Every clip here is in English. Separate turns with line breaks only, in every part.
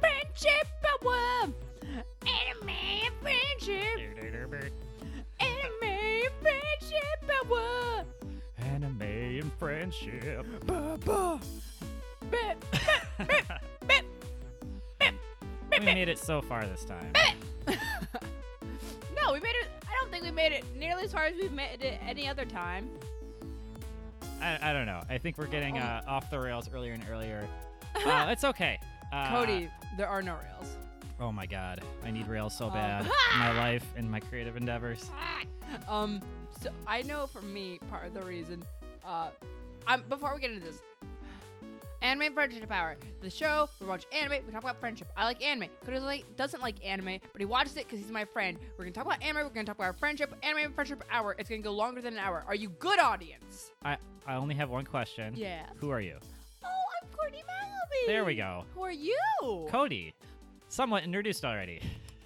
friendship power. Anime friendship. Anime friendship power.
Anime and friendship.
Bip,
We made it so far this time.
No, we made it. I don't think we made it nearly as hard as we've made it any other time.
I, I don't know. I think we're getting uh, off the rails earlier and earlier. Uh, it's okay. Uh,
Cody, there are no rails.
Oh my god. I need rails so
Um,
bad in my life and my creative endeavors.
Um, so I know for me, part of the reason, uh, I'm before we get into this, anime and friendship power. The show we watch anime, we talk about friendship. I like anime. Cody doesn't like, doesn't like anime, but he watches it because he's my friend. We're gonna talk about anime. We're gonna talk about our friendship. Anime and friendship hour. It's gonna go longer than an hour. Are you good, audience?
I, I only have one question.
Yeah.
Who are you?
Oh, I'm Courtney Malaby.
There we go.
Who are you?
Cody. Somewhat introduced already.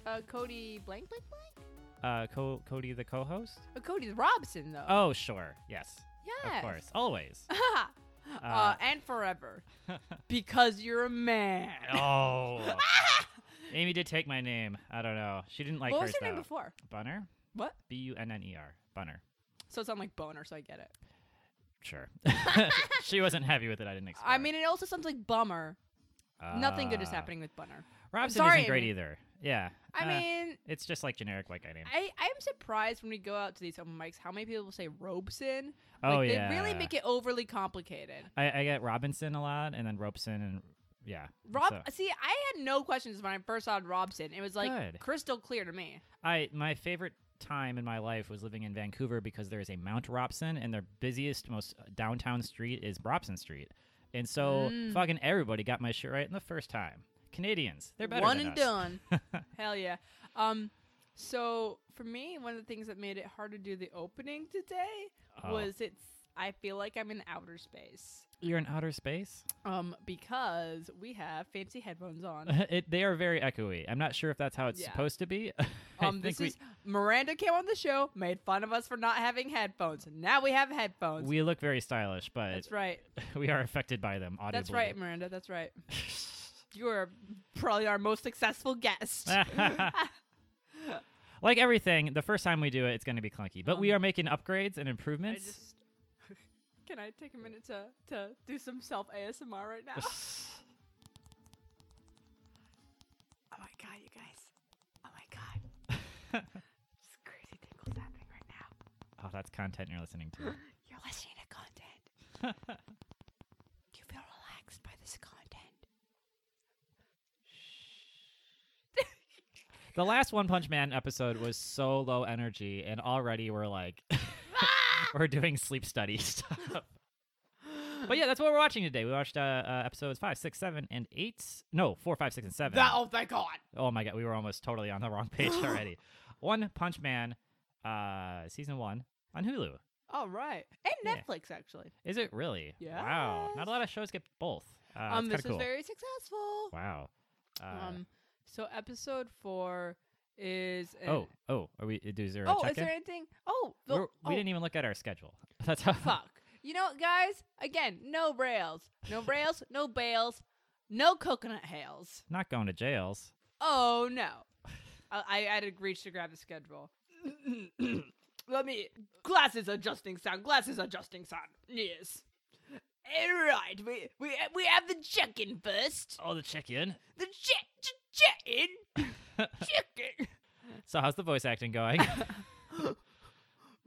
uh, Cody blank blank blank.
Uh, Co- Cody, the co host?
Uh, Cody Robson though.
Oh, sure. Yes.
yes.
Of course. Always.
uh, and forever. because you're a man.
oh. Amy did take my name. I don't know. She didn't like
what
hers
was your name
though.
before?
Bunner?
What?
B U N N E R. Bunner.
So it's on like boner, so I get it.
Sure. she wasn't happy with it. I didn't expect.
I mean, it also sounds like bummer. Nothing good is happening with bunner.
Robson
sorry,
isn't great
Amy.
either. Yeah.
I
uh,
mean,
it's just like generic white guy name.
I I am surprised when we go out to these open mics how many people will say Robeson.
oh
like,
yeah.
They really make it overly complicated.
I, I get Robinson a lot, and then Robeson, and yeah.
Rob,
So,
see, I had no questions when I first saw Robson. It was like
Good.
crystal clear to me.
I my favorite time in my life was living in Vancouver because there is a Mount Robson, and their busiest, most uh, downtown street is Robson Street, and so
Mm.
fucking everybody got my shit right in the first time. Canadians, they're better.
One
than
and
us.
done. Hell yeah. Um, so for me, one of the things that made it hard to do the opening today
Oh.
was it's. I feel like I'm in outer space.
You're in outer space.
Um, because we have fancy headphones on.
it, they are very echoey. I'm not sure if that's how it's
Yeah.
supposed to be. I
Um,
think
this is Miranda came on the show, made fun of us for not having headphones. Now we have
we,
headphones.
we look very stylish, but
that's right.
we are affected by them audibly.
That's right, Miranda. That's right. You are probably our most successful guest.
like everything, the first time we do it, it's going to be clunky. But we
Um,
are making upgrades and
I
improvements.
just can I take a minute to to do some self ASMR right now? Oh my god, you guys! Oh my god, this crazy tingles happening right now.
oh, that's content you're listening to.
You're listening to content. Do you feel relaxed by this content?
the last One Punch Man episode was so low energy, and already we're like, we're doing sleep study stuff. But yeah, that's what we're watching today. We watched uh, uh, episodes five, six, seven, and eight. No, four, five, six, and seven.
That, oh, thank God!
Oh my god, we were almost totally on the wrong page already. One Punch Man, uh, season one on Hulu.
All right, and
Yeah.
Netflix actually.
Is it really? Wow. Not a lot of shows get both. Uh, it's
um,
kinda
this
cool.
was very successful.
Wow. Uh,
Um, so episode four is an-
oh, oh, are we? Is there a
eh. Oh,
check
is there anything? Oh, the,
We're-
oh,
We didn't even look at our schedule. That's how.
fuck. You know, what, guys, again, no rails, no rails, no bales, no coconut hails.
Not going to jails.
Oh no, I, I had to reach to grab the schedule. Let me glasses adjusting sound, glasses adjusting sound. Yes. All right, we we we have the check-in first.
Oh, the check in.
The check check-in, check-in.
So, how's the voice acting going?
Br-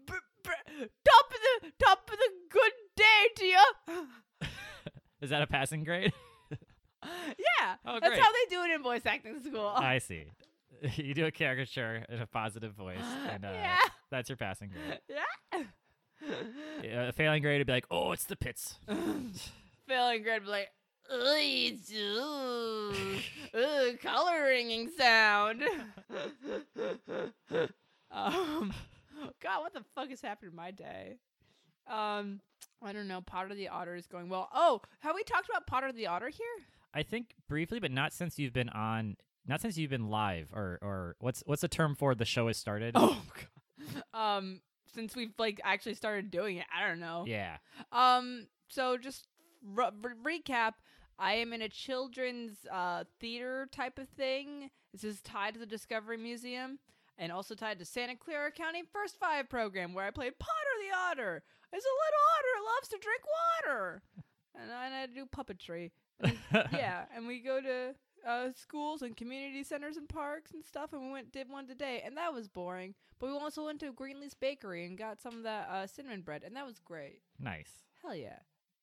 br- top of the top of the good day to you.
is that a passing grade?
Yeah.
Oh,
That's
great.
how they do it in voice acting school.
I see. You do a caricature in a positive voice, and uh,
Yeah.
that's your passing grade.
yeah.
Uh, A failing grade would be like, "Oh, it's the pits."
Feeling good, but like, "Ooh, zoo. Ooh, color ringing sound. um, God, what the fuck is happening to my day? Um, I don't know. Potter the Otter is going well. Oh, have we talked about Potter the Otter here?
I think briefly, but not since you've been on, not since you've been live, or or what's what's the term for the show has started?
Oh, God. um, since we've like actually started doing it, I don't know.
yeah.
Um, so just re- re- recap. I am in a children's uh, theater type of thing. This is tied to the Discovery Museum and also tied to Santa Clara County First Five program where I played Potter the Otter. It's a little otter loves to drink water. And I, and I do puppetry. yeah, and we go to uh, schools and community centers and parks and stuff, and we went did one today, and that was boring. But we also went to Greenleaf's Bakery and got some of that uh, cinnamon bread, and that was great.
nice.
Hell yeah.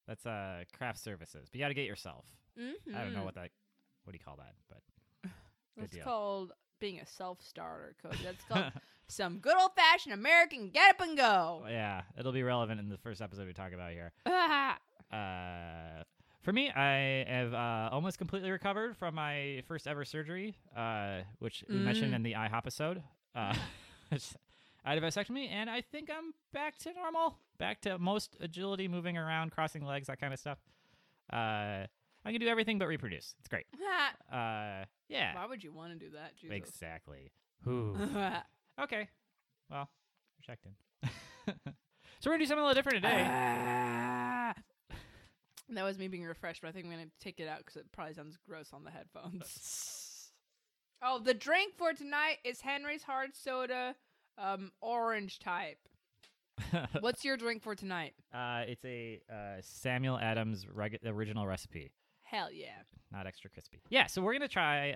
That's uh craft services, but you got to get yourself.
Mm-hmm.
I don't know what that. What do you call that? But good
That's
deal.
called being a self starter, Cody. That's called some good old fashioned American get up and go.
yeah, it'll be relevant in the first episode we talk about here.
Ah,
Uh, for me, I have uh, almost completely recovered from my first ever surgery, uh, which we mentioned
Mm.
in the IHOP episode. Uh, I had a vasectomy, and I think I'm back to normal, back to most agility, moving around, crossing legs, that kind of stuff. Uh, I can do everything but reproduce. It's great.
ah.
Uh, yeah,
Why would you want to do that, Jesus?
exactly. Whew. okay, well, we're checked in. so we're gonna do something a little different today.
Uh, Ah. That was me being refreshed, but I think I'm going to take it out because it probably sounds gross on the headphones. Oh, the drink for tonight is Henry's hard soda, um, orange type. What's your drink for tonight?
Uh, it's a uh, Samuel Adams reg- original recipe,
Hell yeah.
not extra crispy. Yeah, so we're gonna try.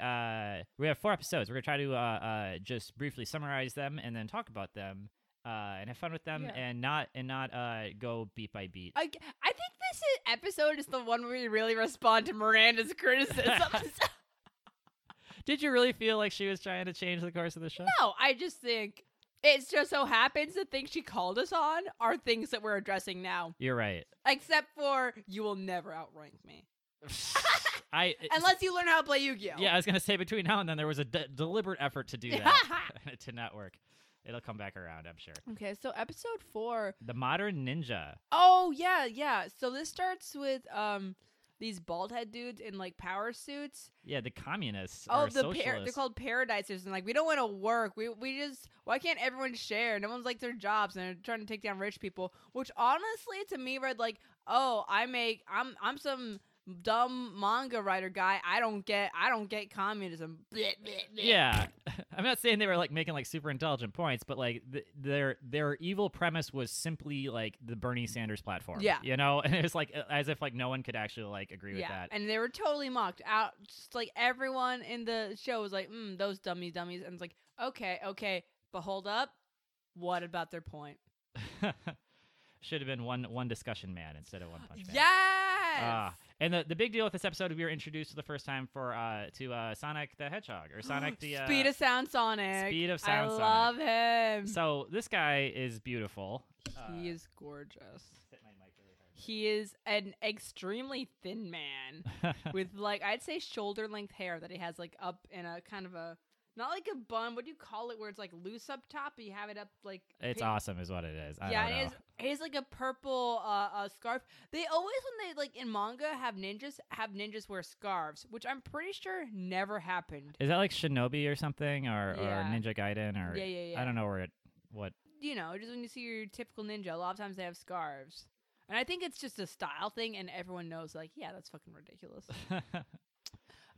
Uh, we have four episodes. We're gonna try to uh, uh, just briefly summarize them and then talk about them uh, and have fun with them
Yeah.
and not and not uh, go beat by beat.
I, I think this is, episode is the one where we really respond to Miranda's criticisms.
Did you really feel like she was trying to change the course of the show?
no, I just think it just so happens the things she called us on are things that we're addressing now,
You're right.
except for you will never outrank me.
I
Unless you learn how to play Yu Gi Oh!
yeah, I was gonna say between now and then there was a de- deliberate effort to do that to not work. It'll come back around, I'm sure.
Okay, so episode four.
The modern ninja.
Oh yeah, yeah. So this starts with um these bald head dudes in like power suits.
Yeah, the communists.
Oh,
or
the
socialists.
par- they're called paradisers, and like we don't want to work. We we just why can't everyone share? No one's like their jobs, and they're trying to take down rich people. Which honestly, to me, read like, oh, I make I'm I'm some dumb manga writer guy. I don't get I don't get communism. Bleh, bleh, bleh.
Yeah, I'm not saying they were like making like super intelligent points, but like th- their their evil premise was simply like the Bernie Sanders platform.
Yeah.
you know, and it was like uh, as if like no one could actually like agree with that.
and they were totally mocked out. Just like everyone in the show was like, mm, "Those dummies, dummies," and it's like, okay, okay, but hold up, what about their point?
Should have been one one discussion man instead of one punch man.
Yes,
Ah, and the, the big deal with this episode, we were introduced for the first time for uh to uh Sonic the Hedgehog or Sonic the uh,
speed of sound, Sonic.
Speed of Sound
I
Sonic.
love him.
So this guy is beautiful. Uh,
he is gorgeous.
hit my mic really hard.
He is an extremely thin man with like I'd say shoulder length hair that he has like up in a kind of a not like a bun. What do you call it? Where it's like loose up top, but you have it up like
It's
pin-
awesome, is what it is. I
yeah,
don't
it
know.
is. It is like a purple uh, uh, scarf. They always, when they like in manga, have ninjas have ninjas wear scarves, which I'm pretty sure never happened.
Is that like Shinobi or something, or, or
Yeah.
Ninja Gaiden, or
Yeah, yeah,
I
yeah.
don't know where it. What?
you know, just when you see your typical ninja, a lot of times they have scarves. And I think it's just a style thing, and everyone knows, like, yeah, that's fucking ridiculous.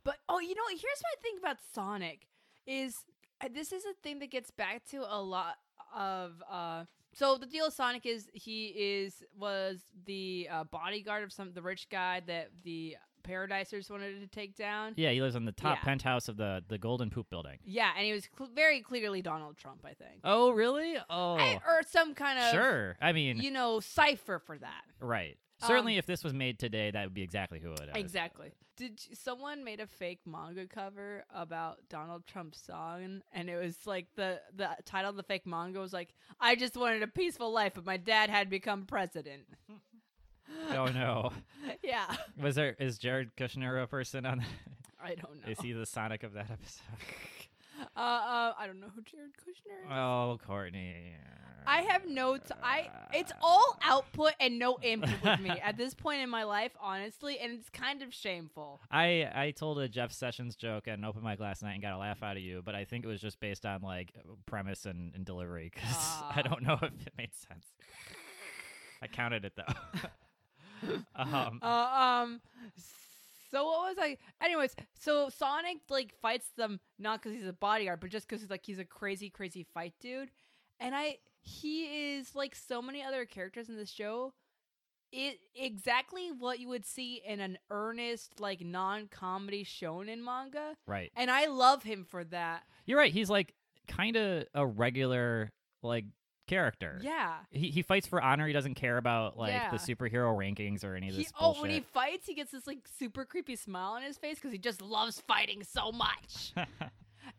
but oh, you know, what? here's my thing about Sonic is uh, this is a thing that gets back to a lot of. uh So the deal with Sonic is he is was the uh, bodyguard of some the rich guy that the Paradisers wanted to take down.
yeah, he lives on the top
Yeah.
penthouse of the the Golden Poop Building.
Yeah, and he was cl- very clearly Donald Trump, I think,
Oh, really? Oh,
I, or some kind of
sure. I mean,
you know cipher for that.
right.
Um,
Certainly, if this was made today, that would be exactly who it is.
Exactly. Did you, someone made a fake manga cover about Donald Trump's song, and it was like the the title of the fake manga was like, "I just wanted a peaceful life, but my dad had become president."
Oh no.
yeah,
Was there is Jared Kushner a person on?
I don't know.
Is he the Sonic of that episode?
uh, uh, I don't know who Jared Kushner is.
oh, Courtney.
I have notes. I it's all output and no input with me at this point in my life, honestly, and it's kind of shameful.
I I told a Jeff Sessions joke at an open mic last night and got a laugh out of you, but I think it was just based on like premise and, and delivery because
Ah.
I don't know if it made sense.
Oh.
I counted it though. um,
Uh, um, So what was I? Anyways, so Sonic like fights them not because he's a bodyguard, but just because like he's a crazy, crazy fight dude. And I, he is like so many other characters in this show. It exactly what you would see in an earnest, like non-comedy shonen manga,
Right.
and I love him for that.
You're right. He's like kind of a regular like character.
Yeah.
He, he fights for honor. He doesn't care about like
Yeah.
the superhero rankings or any of
He-
this
oh,
bullshit.
when he fights, he gets this like super creepy smile on his face because he just loves fighting so much.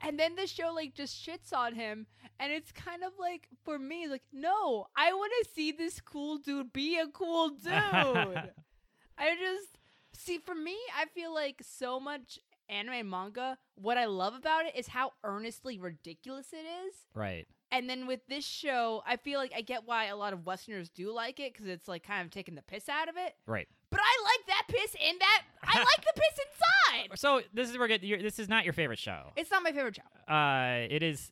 and then the show like just shits on him, and it's kind of like for me, like no, I want to see this cool dude be a cool dude. I just see for me, I feel like so much anime and manga. What I love about it is how earnestly ridiculous it is.
right.
And then with this show, I feel like I get why a lot of Westerners do like it because it's like kind of taking the piss out of it.
Right.
But I like that piss in that. I like the piss inside.
So this is where get your, this is not your favorite show.
It's not my favorite show.
uh it is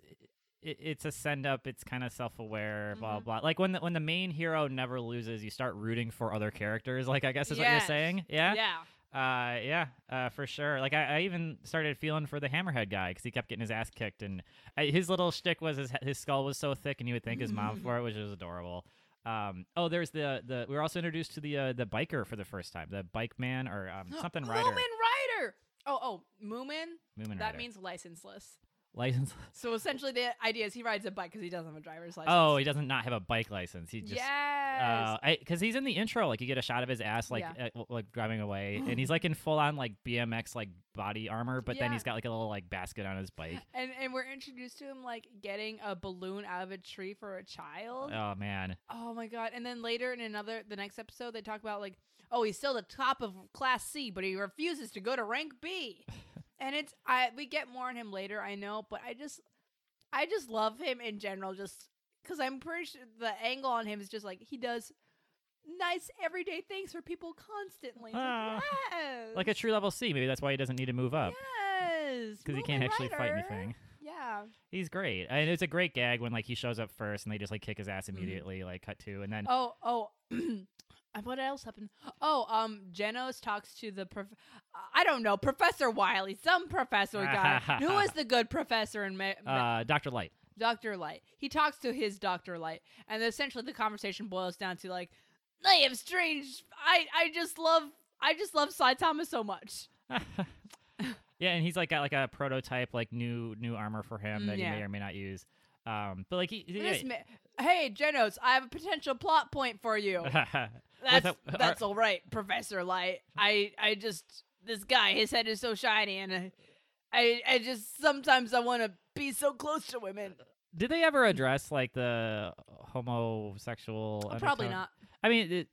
it, it's a send up it's kind of self-aware blah
Mhm.
blah like when the, when the main hero never loses you start rooting for other characters like i guess is what
Yes.
you're saying yeah, uh yeah uh for sure like i, I even started feeling for the hammerhead guy because he kept getting his ass kicked and uh, his little shtick was his his skull was so thick and you would thank his mom
Mm.
for it which was adorable um oh there's the the we were also introduced to the uh, the biker for the first time the bike man or um something rider
Moomin Rider. Oh, oh, Moomin.
Moomin
Oh, That
Rider.
means licenseless.
license
So essentially, the idea is he rides a bike because he doesn't have a driver's license.
oh he doesn't not have a bike license he just uh,
yes.
because he's in the intro, like you get a shot of his ass, like
Yeah.
uh, w- like driving away, and he's like in full on like BMX like body armor, but then
Yeah.
he's got like a little like basket on his bike.
and and we're introduced to him like getting a balloon out of a tree for a child.
Oh man,
Oh my god! And then later in another, the next episode, they talk about like, oh, he's still the top of class C, but he refuses to go to rank B. and it's I we get more on him later, I know, but I just, I just love him in general, just because I'm pretty sure the angle on him is just like he does nice everyday things for people constantly. It's
Ah.
like, yes,
like a true level C. Maybe that's why he doesn't need to move up
yes,
because he
Moomin
can't actually fight
Rider.
anything.
Yeah,
He's great, and it's a great gag when like he shows up first, and they just like kick his ass immediately, like cut to, and then
Mm-hmm. Oh, oh. And what else happened? Oh, um, Genos talks to the prof- uh, I don't know, Professor Wiley, some professor guy. Who is the good professor in Ma- Ma-
uh, Doctor Light.
Dr. Light? He talks to his Dr. Light, and essentially the conversation boils down to like, I am strange. I I just love I just love Saitama so much.
yeah, and he's like got like a prototype, like new new armor for him
Mm,
that
yeah.
he may or may not use. Um, but like he, yeah,
This ma- hey, Genos, I have a potential plot point for you. That's
What's up?
that's all right, Professor Light. I I just this guy, his head is so shiny, and I I, I just sometimes I want to be so close to women.
Did they ever address like the uh, homosexual?
Oh, Probably
undertone?
not. I
I mean, it,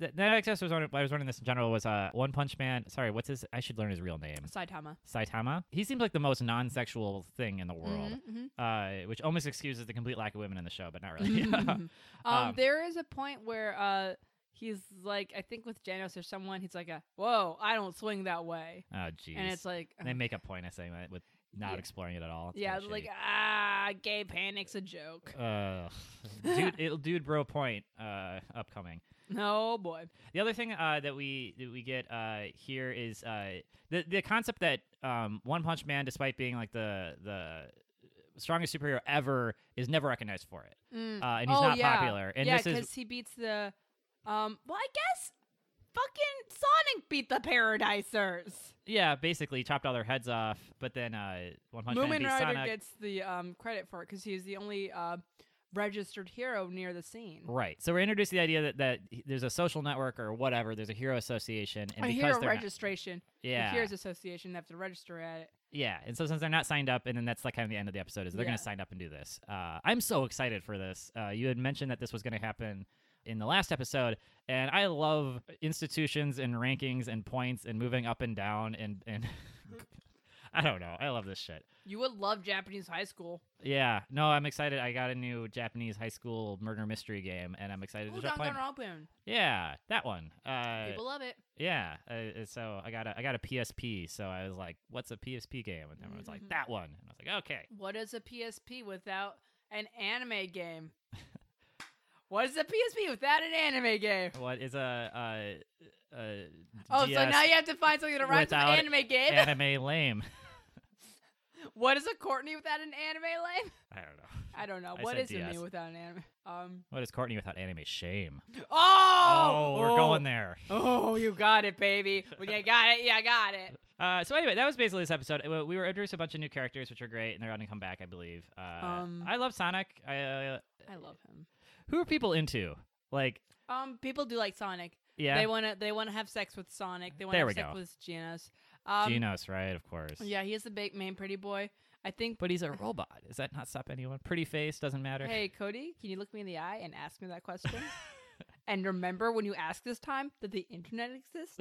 the, the next episode was on, I was running this in general was uh, One Punch Man. Sorry, what's his? I should learn his real name.
Saitama.
Saitama. He seems like the most non-sexual thing in the world,
Mhm, mhm.
uh, which almost excuses the complete lack of women in the show, but not really.
um,
Um,
there is a point where uh, he's like, I think with Janos or someone, he's like, a, "Whoa, I don't swing that way,"
oh, jeez.
and it's like,
they make a point of saying that with not
Yeah.
exploring it at all. It's
yeah,
kinda
it's like ah, gay panic's a joke.
shitty. Ugh. dude, it'll dude bro point uh, upcoming.
No Oh, boy.
The other thing uh, that we that we get uh, here is uh, the the concept that um, One Punch Man, despite being like the the strongest superhero ever, is never recognized for it,
Mm.
uh, and he's
Oh,
not
yeah.
popular. And
yeah,
this
because
is
he beats the. Um, well, I guess fucking Sonic beat the Paradisers.
yeah, basically chopped all their heads off. But then uh, One Punch Man
Moomin
beats
Rider
Sonic.
gets the um, credit for it because he's the only uh, registered hero near the scene.
Right, so we're introduced to the idea that, that he- there's a social network or whatever. There's a hero association, and
a
because
hero
they're not-
registration.
yeah,
The Heroes Association, they have to register at it.
Yeah, and so since they're not signed up, and then that's like kind of the end of the episode is they're
Yeah.
going to sign up and do this. Uh, I'm so excited for this. Uh, you had mentioned that this was going to happen in the last episode, and I love institutions and rankings and points and moving up and down and and I don't know. I love this shit.
You would love Japanese high school.
Yeah, no, I'm excited. I got a new Japanese high school murder mystery game, and I'm excited
Oh,
to start playing.
Danganronpa.
Yeah, that one. Uh,
People love it.
yeah, uh, uh, so I got a I got a PSP, so I was like, "What's a PSP game?" And everyone's like,
Mhm.
"That one," and I was like, "Okay."
What is a PSP without an anime game? What is a PSP without an anime game?
What is a uh, uh,
Oh, so
DS
now you have to find something to rhyme with
Without
anime game.
anime lame?
what is a Courtney without an anime lame?
I don't know.
I don't know.
I
what
said
is a me
DS.
without an anime? Um.
What is Courtney without anime shame?
Oh,
Oh, we're going there.
Oh, you got it, baby. When you got it, yeah, I got it.
Uh, so anyway, that was basically this episode. Uh, We were introduced to a bunch of new characters, which are great, and they're going to come back, I believe. Uh,
Um,
I love Sonic. I, uh,
I love him.
who are people into? Like,
Um, people do like Sonic.
yeah,
They wanna they wanna have sex with Sonic. They wanna
There
have
we
sex
go.
with Genos. Um,
Genos, right? Of course.
Yeah, he is the big main pretty boy. I think.
But he's a robot. Does that not stop anyone? Pretty face doesn't matter.
Hey, Cody, can you look me in the eye and ask me that question? and remember when you ask this time that the internet exists?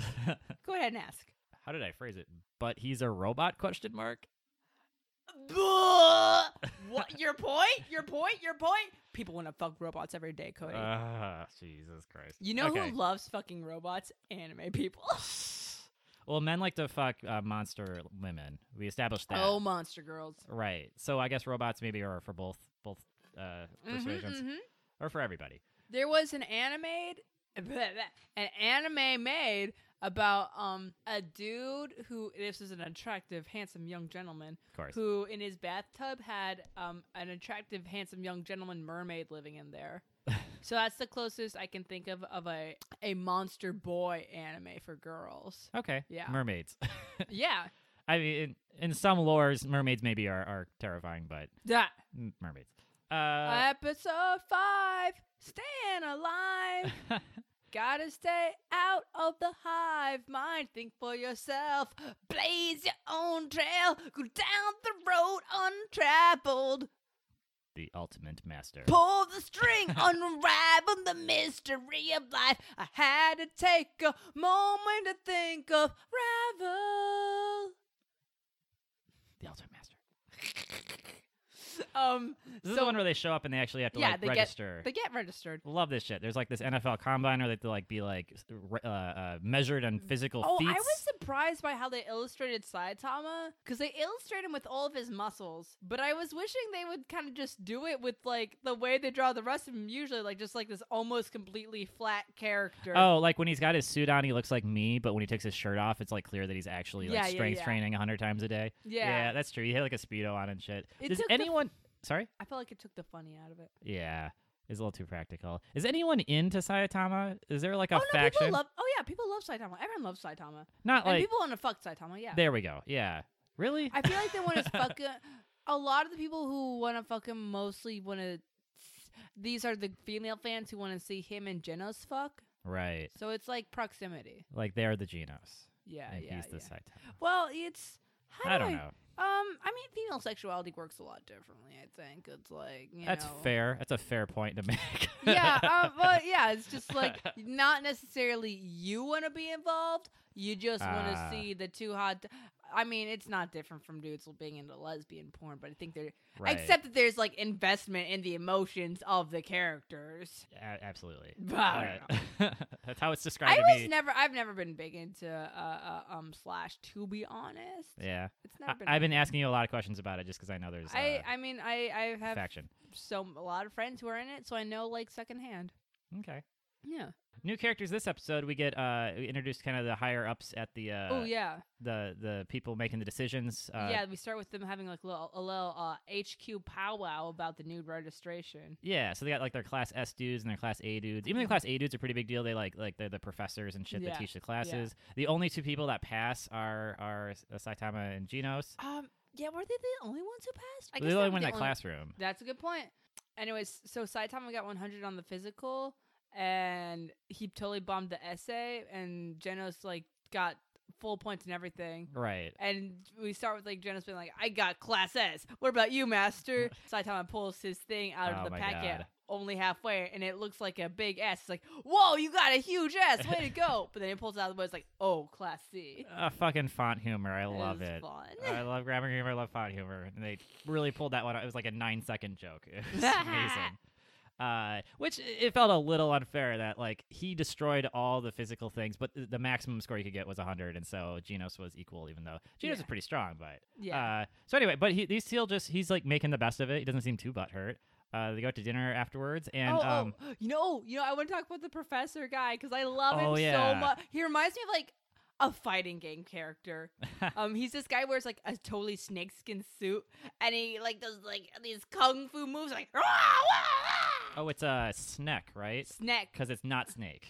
Go ahead and ask.
How did I phrase it? But he's a robot? Question mark.
what your point? Your point? Your point? People want to fuck robots every day, Cody.
Ah, Jesus Christ.
you know
Okay.
who loves fucking robots? Anime people.
Well, men like to fuck uh, monster women. We established that.
Oh, monster girls.
Right. So I guess robots maybe are for both both uh,
Mhm,
persuasions
mhm.
or for everybody.
There was an anime, an anime made about um a dude who this is an attractive, handsome young gentleman
Of course.
who in his bathtub had um an attractive, handsome young gentleman mermaid living in there. so that's the closest I can think of of a a monster boy anime for girls.
Okay.
Yeah.
Mermaids.
Yeah,
I mean, in, in some lores, mermaids maybe are, are terrifying, but
that
mm, mermaids. Uh,
episode five, staying alive. Gotta stay out of the hive mind. Think for yourself. Blaze your own trail. Go down the road untraveled.
the ultimate master.
Pull the string, unravel the mystery of life. I had to take a moment to think of ravel.
the ultimate master.
Um,
This is
so
the one where they show up and they actually have to
Yeah,
like
they get-
register.
they get registered.
Love this shit. There's like this NFL combine where they have to like be like s- re- uh, uh, measured on physical
Oh,
feats.
I was surprised by how they illustrated Saitama because they illustrate him with all of his muscles. But I was wishing they would kind of just do it with like the way they draw the rest of him, usually like just like this almost completely flat character.
Oh, like when he's got his suit on, he looks like me, but when he takes his shirt off, it's like clear that he's actually like
Yeah, yeah,
strength
yeah.
training a hundred times a day.
yeah.
that's true. He had like a speedo on and shit.
It
Does
took the-
anyone? Sorry.
I felt like it took the funny out of it.
Yeah, it's a little too practical. Is anyone into Saitama? Is there like a
oh no,
faction?
people love. Oh yeah, people love Saitama. Everyone loves Saitama,
Not
and
Uh, like.
people want to fuck Saitama. Yeah,
There we go. Yeah. Really?
I feel like they want to fuck. him- A lot of the people who want to fuck him mostly want to. These are the female fans who want to see him and Genos fuck.
right.
So it's like proximity.
Like they're the Genos,
Yeah,
and
Uh, yeah,
he's the
yeah.
Saitama.
Well, it's how do
I don't know.
Um, I mean, female sexuality works a lot differently. I think it's like you
That's
know-
fair. That's a fair point to make.
yeah, uh, but yeah, it's just like not necessarily you want to be involved. You just want to
Ah.
see the two hot. I mean, it's not different from dudes being into lesbian porn, but I think they're
right.
except that there's like investment in the emotions of the characters.
A- absolutely.
But I don't
Yeah. That's how it's described
I
to
was
me.
never. I've never been big into uh, uh um slash. To be honest,
yeah.
it's never been.
I- have been asking you a lot of questions about it just because I know there's
I,
uh,
I mean I I have
faction.
so a lot of friends who are in it, so I know like secondhand.
Okay.
Yeah.
New characters this episode. We get uh, we introduced kind of the higher ups at the uh,
oh yeah,
the the people making the decisions. Uh,
yeah. We start with them having like little, a little uh, HQ powwow about the nude registration.
Yeah, so they got like their class S dudes and their class A dudes. Even the class A dudes are pretty big deal. They like like they're the professors and shit
Mm-hmm. Yeah,
that teach the classes. The only two people that pass are are uh, Saitama and Genos.
Um. Yeah. Were they the only ones who passed? I
They're the only
they were
one in
the
that classroom.
That's a good point. Anyways, so Saitama got 100 on the physical, and he totally bombed the essay, and Genos like got full points and everything.
Right.
And we start with like Jonas being like, "I got class S. What about you, master?" Saitama pulls his thing out
Oh
of the
my
packet
God.
only halfway, and it looks like a big S. It's like, "Whoa, you got a huge S! Way to go!" but then he pulls it out of the way. It's like, "Oh, class C."
Uh, fucking font humor. I love
was
it.
Fun.
I love grammar humor. I love font humor. And they really pulled that one out. It was like a nine second joke. It was amazing. Uh, which i- it felt a little unfair that like he destroyed all the physical things, but th- the maximum score you could get was 100, and so Genos was equal, even though Genos
Yeah.
is pretty strong. But
yeah.
uh, so anyway, but he, these still just he's like making the best of it. He doesn't seem too butthurt. Uh, they go out to dinner afterwards, and
oh,
um,
oh, you know, you know, I want to talk about the professor guy because I love
Oh,
him
yeah.
so much. He reminds me of like a fighting game character. um, he's this guy wears like a totally snakeskin suit, and he like does like these kung fu moves, like "Rah, rah, rah."
oh, it's a uh, snack, right?
snake.
Because it's not snake.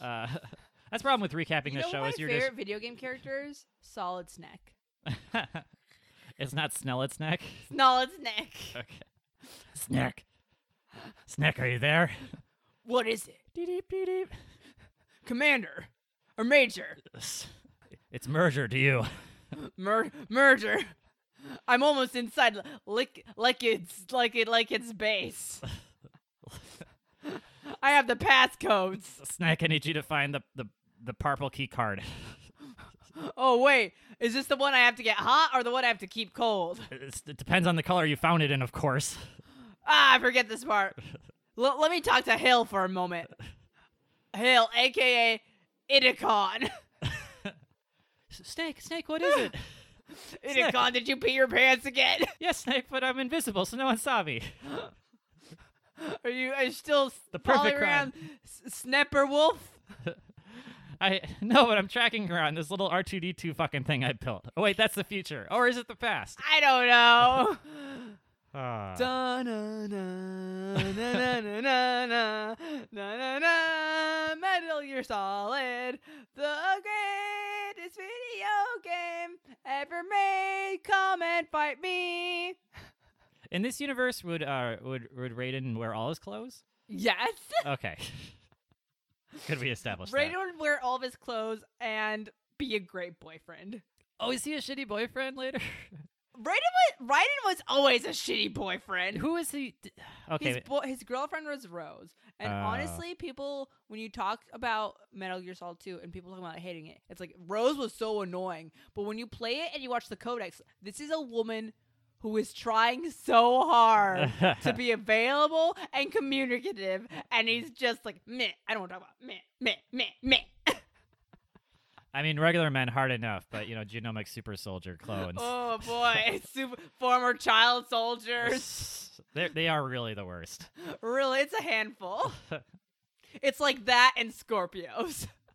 Uh, that's the problem with recapping
You
this
know
show
my
is you're
favorite video game characters? Solid Snack.
just. it's not Snell, it's Snack.
Solid Snack.
Okay. Snack. Snack, are you there?
What is it?
Deep, deep, deep.
Commander or Major?
It's merger to you.
Mur- merger. I'm almost inside, l- like like it's like it like it's base. I have the passcodes.
Snack, I need you to find the the, the purple key card.
Oh wait, is this the one I have to get hot or the one I have to keep cold?
It's, it depends on the color you found it in, of course.
Ah, I forget this part. L- let me talk to Hill for a moment. Hill, aka Iticon.
Snake, Snake, what is it?
Iticon, did you pee your pants again?
yes, Snake, but I'm invisible, so no one saw me.
Are you are you still
The perfect
around Snapper Wolf?
I no, but I'm tracking her on this little R2D2 fucking thing I built. Oh wait, that's the future, or is it the past?
I don't know.
Ah.
Da na na na na na na na na na na Metal Gear Solid, the greatest video game ever made. Come and fight me.
In this universe, would uh would would Raiden wear all his clothes?
Yes.
Okay. Could we establish that?
Raiden would wear all of his clothes and be a great boyfriend.
Oh, is he a shitty boyfriend later?
Raiden was Raiden was always a shitty boyfriend.
Who is he? d- Okay.
His, boy, his girlfriend was Rose. And
Oh.
honestly, people, when you talk about Metal Gear Solid 2 and people talk about hating it, it's like Rose was so annoying. But when you play it and you watch the codex, this is a woman who is trying so hard to be available and communicative. And he's just like, meh, I don't want to talk about meh, meh, meh, meh.
I mean, regular men hard enough, but you know, genomic super soldier clones.
oh boy. Super, former child soldiers.
They're- they are really the worst.
Really, it's a handful. It's like that and Scorpios.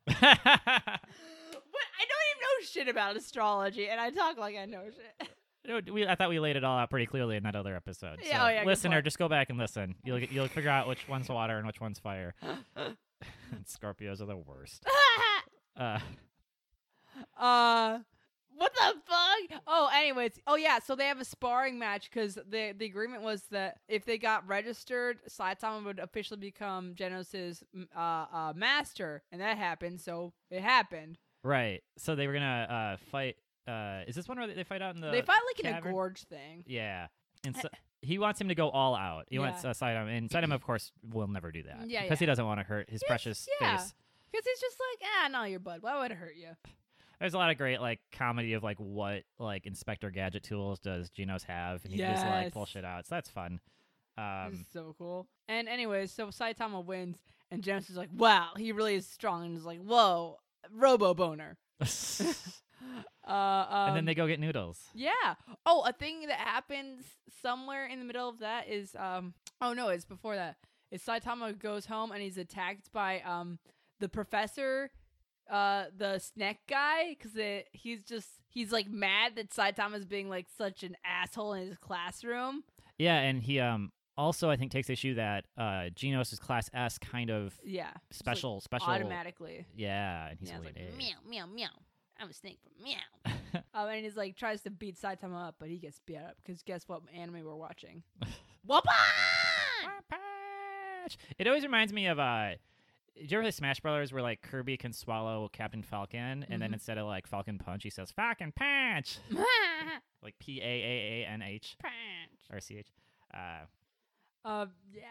You
But I don't even know shit about astrology, and I talk like I know shit.
know, we, I thought we laid it all out pretty clearly in that other episode.
Yeah,
so
oh yeah, good
listener,
point.
just go back and listen. You'll get- you'll figure out which one's water and which one's fire. Scorpios are the worst. Uh,
uh, what the fuck? Oh, anyways, oh yeah, so they have a sparring match because the the agreement was that if they got registered, Saitama would officially become Genos's m- uh, uh, master, and that happened. So it happened.
right. So they were gonna uh, fight. Uh, is this one where they fight out in the?
they fight like in
Uh, cavern?
a gorge thing.
Yeah. And so he wants him to go all out. He wants
Eh. Yeah.
uh, Saitama, and Saitama, of course, will never do that.
Yeah,
Because he
yeah.
doesn't want to hurt his
Yes,
precious
yeah.
face.
Because he's just like, ah, no, your bud. Why would it hurt you?
There's a lot of great like comedy of like what like Inspector Gadget tools does Genos have, and he just like pull
Yes.
shit out. So that's fun.
This
Um,
is so cool. And anyways, so Saitama wins, and Genesis is like, "Wow, he really is strong," and is like, "Whoa, Robo Boner." Uh,
and
um,
then they go get noodles.
yeah. Oh, a thing that happens somewhere in the middle of that is um. Oh no, it's before that. Is Saitama goes home and he's attacked by um the professor, uh the snack guy because he's just he's like mad that Saitama's being like such an asshole in his classroom.
Yeah, and he um also I think takes issue that uh Genos is class S kind of
Yeah. Just, like,
special special
automatically.
Yeah, and he's
yeah, it's
really
like meow, meow, meow. I'm a snake, but meow. um, and he's like tries to beat Saitama up, but he gets beat up because guess what anime we're watching? Whoppa!
Patch. It always reminds me of uh did you ever play Smash Brothers where like Kirby can swallow Captain Falcon and then
Mhm.
instead of like Falcon Punch he says Falcon Punch like P A A A N H or C H. Uh,
um, yeah.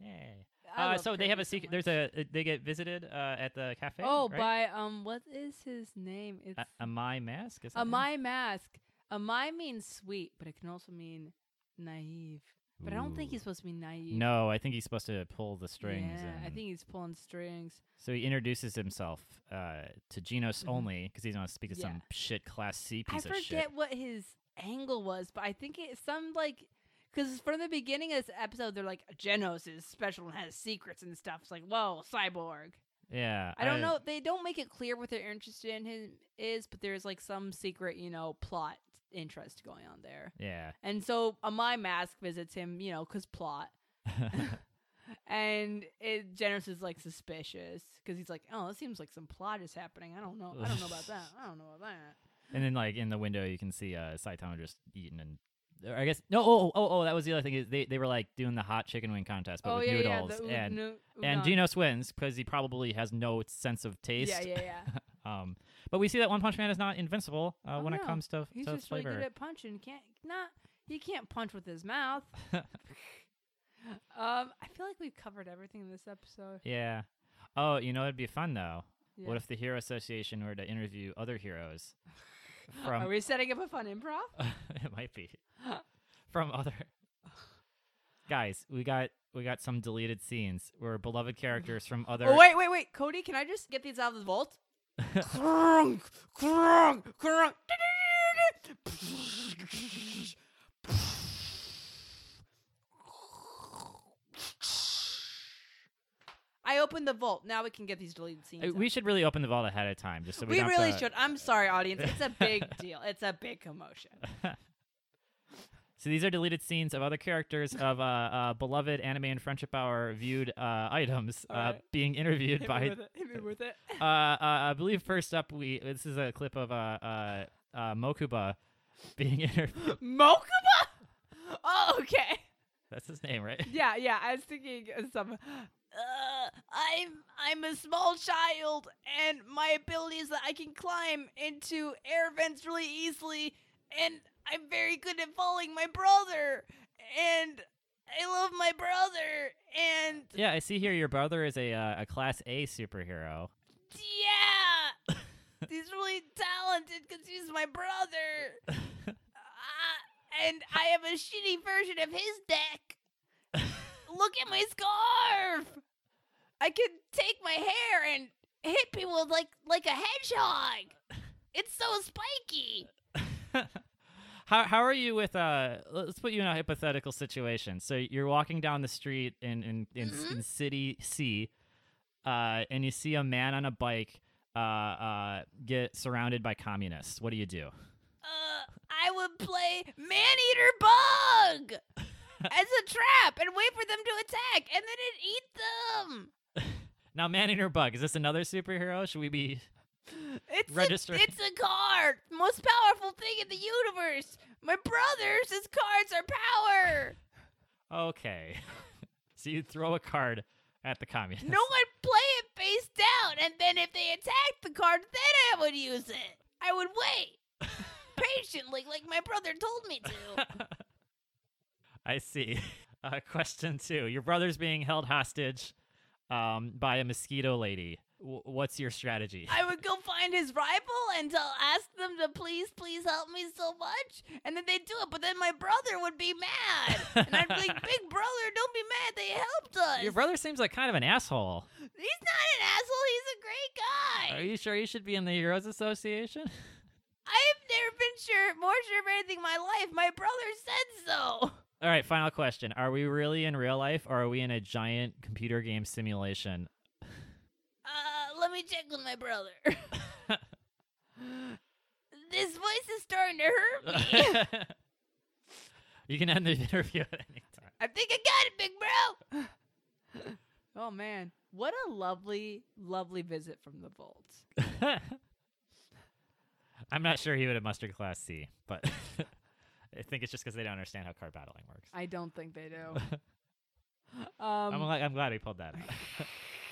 yay.
I
uh
love
so they have
Kirby
a
so
secret.
much.
There's a they get visited uh, at the cafe.
oh,
right?
by um, what is his name? It's
a, a my mask. Is that him?
Amai Mask. Amai means sweet, but it can also mean naive. But I don't think
Ooh.
he's supposed to be naive.
No, I think he's supposed to pull the strings.
Yeah, I
and-
think he's pulling strings.
so. He introduces himself uh, to Genos
Mhm.
only because he's going to speak to
Yeah.
some shit class C piece
I
of shit.
forget what his angle was, but I think it's some like Because from the beginning of this episode, they're like, Genos is special and has secrets and stuff. It's like, whoa, cyborg.
Yeah.
I don't know. They don't make it clear what their interest in him is, but there's like some secret, you know, plot interest going on there.
Yeah.
And so Amai Mask visits him, you know, because plot. and it, Genos is like suspicious because he's like, oh, it seems like some plot is happening. I don't know. I don't know about that. I don't know about that.
and then like in the window you can see uh Saitama just eating and or I guess no oh oh oh that was the other thing is they, they were like doing the hot chicken wing contest but
oh,
with
yeah, yeah.
noodles
The u-
and
nu-
and
udon.
Genos wins because he probably has no sense of taste.
Yeah, yeah, yeah.
Um, but we see that One Punch Man is not invincible uh,
Oh,
when it
no.
comes to,
He's
to
just
flavor.
really good at punching. Can't not he can't punch with his mouth. um, I feel like we've covered everything in this episode.
yeah. Oh, you know it'd be fun though.
Yeah.
What if the Hero Association were to interview other heroes
Are
from?
we setting up a fun improv?
it might be from other guys. We got we got some deleted scenes where beloved characters from other.
Oh wait, wait, wait, Cody, can I just get these out of the vault? Krunk, krunk, krunk. I opened the vault. Now we can get these deleted scenes.
Uh,
out.
We should really open the vault ahead of time, just so we,
We
don't have
really
to-
should. I'm sorry, audience. It's a big deal. It's a big commotion.
So these are deleted scenes of other characters of uh, uh, beloved anime and friendship hour viewed uh, items uh,
Alright.
being interviewed
Hit me
by.
with it. Hit me with it.
Uh, uh, I believe first up we this is a clip of uh, uh, uh, Mokuba being interviewed.
Mokuba? Oh, okay.
That's his name, right?
Yeah, yeah. I was thinking of some. Uh, I'm I'm a small child, and my ability is that I can climb into air vents really easily, and I'm very good at following my brother, and I love my brother, and
Yeah, I see here your brother is a uh, a class A superhero.
Yeah! he's really talented because he's my brother. Uh, and I have a shitty version of his deck. Look at my scarf! I can take my hair and hit people with like like a hedgehog. It's so spiky.
How, how are you with uh let's put you in a hypothetical situation so you're walking down the street in in, in, s-
Mhm.
in city c uh and you see a man on a bike uh uh get surrounded by communists what do you do
Uh, I would play man eater bug as a trap and wait for them to attack, and then it eat them.
now man eater bug is this another superhero should we be
It's
Register.
A, it's a card. Most powerful thing in the universe. My brothers, his cards are power.
okay so you throw a card at the communists
No one play it face down, and then if they attack the card, then I would use it. I would wait patiently, like my brother told me to.
I see. Uh, question two: Your brother's being held hostage um, by a mosquito lady. W- what's your strategy?
I would go find his rival and tell, ask them to please, please help me so much, and then they do it. But then my brother would be mad, and I'd be like, "Big brother, don't be mad. They helped us.
Your brother seems like kind of an asshole.
He's not an asshole. He's a great guy."
Are you sure you should be in the Heroes Association?
I've never been sure, more sure of anything in my life. My brother said so.
All right, final question: Are we really in real life, or are we in a giant computer game simulation?
Uh, let me check with my brother. this voice is starting to hurt me.
you can end the interview at any time.
I think I got it, big bro. oh man, what a lovely, lovely visit from the vault.
I'm not sure he would have mustered Class C, but I think it's just because they don't understand how card battling works.
I don't think they do. um,
I'm, glad, I'm glad we pulled that out.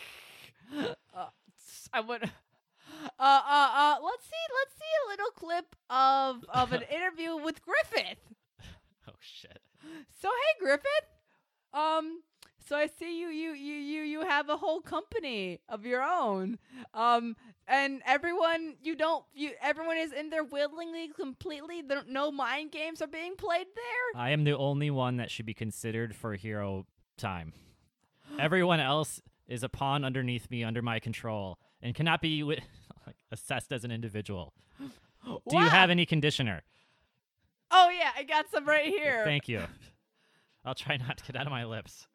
uh, s- I would. Uh, uh, uh, let's see, let's see a little clip of of an interview with Griffith.
oh, shit.
So hey, Griffith. Um, so I see you, you, you, you, you have a whole company of your own. Um, and everyone, you don't, you, everyone is in there willingly, completely. There, no mind games are being played there.
I am the only one that should be considered for hero time. Everyone else is a pawn underneath me, under my control, and cannot be wi- like, assessed as an individual. Oh, Do you have any conditioner?
Oh yeah, I got some right here.
Thank you. I'll try not to get out of my lips.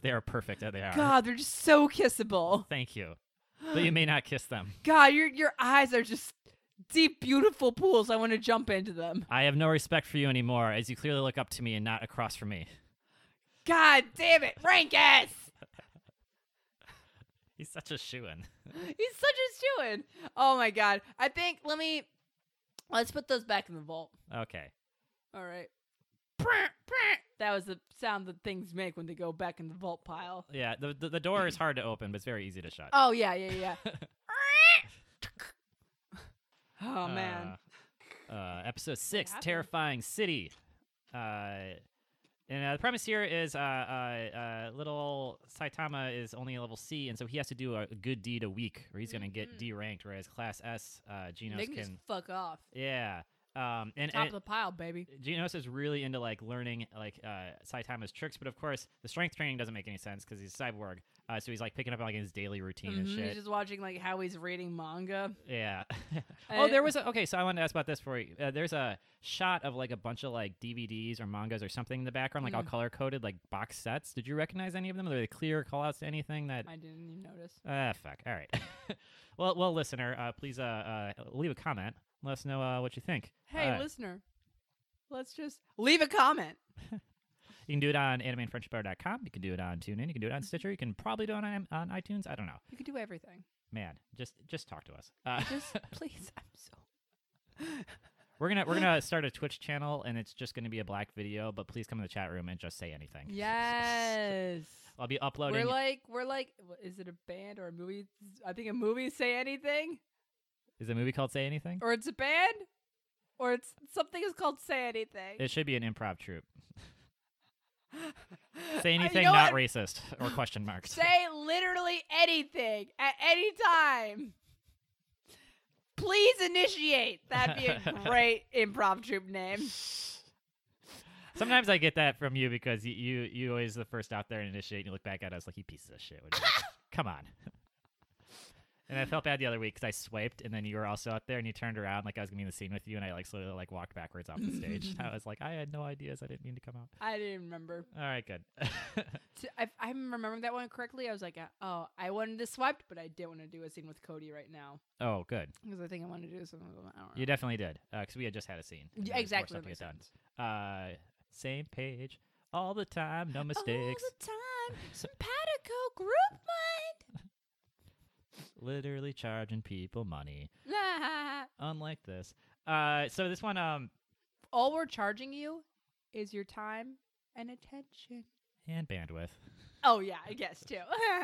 They are perfect. There they are.
God, they're just so kissable.
Thank you. But you may not kiss them.
God, your your eyes are just deep, beautiful pools. I want to jump into them.
I have no respect for you anymore, as you clearly look up to me and not across from me.
God damn it, Rankus!
He's such a shoo in.
He's such a shoo Oh my god. I think let me let's put those back in the vault.
Okay.
All right. Prrrt, prrrt. That was the sound that things make when they go back in the vault pile.
Yeah, the, the, the door is hard to open, but it's very easy to shut.
Oh yeah, yeah, yeah. oh man.
Uh, uh, episode six
happened?
Terrifying City. Uh, and uh, the premise here is uh, uh, uh, little Saitama is only a level C, and so he has to do a good deed a week, or he's going to
Mhm.
get D ranked, whereas Class S uh, Genos
they
can.
can just fuck off.
Yeah. Um, and,
Top
and
of the pile, baby.
Genos is really into like learning like uh, Saitama's tricks, but of course the strength training doesn't make any sense because he's a cyborg. Uh, so he's like picking up on like his daily routine and
Mhm,
shit.
He's just watching like how he's reading manga.
Yeah. oh, there
Uh,
was a, okay. So I wanted to ask about this for you. Uh, there's a shot of like a bunch of like DVDs or mangas or something in the background, like all
Mm.
color coded, like box sets. Did you recognize any of them? Are they clear call outs to anything that?
I didn't even notice.
Ah, fuck. All right. well, well, listener, uh, please uh, uh, leave a comment. Let us know uh, what you think.
Hey,
Uh,
listener, let's just leave a comment.
you can do it on animeandfriendshiphour.com. You can do it on TuneIn. You can
Mm-hmm.
do it on Stitcher. You can probably do it on, on iTunes. I don't know.
You can do everything.
Man, just just talk to us. Uh,
Just please, I'm so.
we're gonna we're gonna start a Twitch channel, and it's just gonna be a black video. But please come in the chat room and just say anything.
Yes.
I'll be
We're
uploading.
like we're like wh- is it a band or a movie? I think a movie say anything
is the movie called Say Anything?
or it's a band or it's something is called say anything.
It should be an improv troupe.
Uh,
Say
you
anything,
know
not
what?
racist or question marks.
Say literally anything at any time. Please initiate. That'd be a great improv troupe name.
Sometimes I get that from you because you you, you always the first out there and initiate, and you look back at us like you pieces of shit. What are you doing?" Come on. And I felt bad the other week because I swiped, and then you were also out there, and you turned around like I was gonna be in the scene with you, and I like slowly like walked backwards off the stage. And I was like, I had no ideas. I didn't mean to come out.
I didn't remember.
All right, good.
T- If I'm remembering that one correctly, I was like, uh, oh, I wanted to swipe, but I did want to do a scene with Cody right now
oh, good.
because I think I want to do something. With him. I don't
You
know.
definitely did because we had just had a scene. and
Yeah,
there was more
exactly. that
stuff to
makes
get done.
sense.
Uh, same page all the time, no mistakes.
All the time, simpatico group mind.
Literally charging people money,
Nah.
unlike this. Uh, so this one, um,
All we're charging you is your time and attention.
and bandwidth.
Oh yeah, I guess too.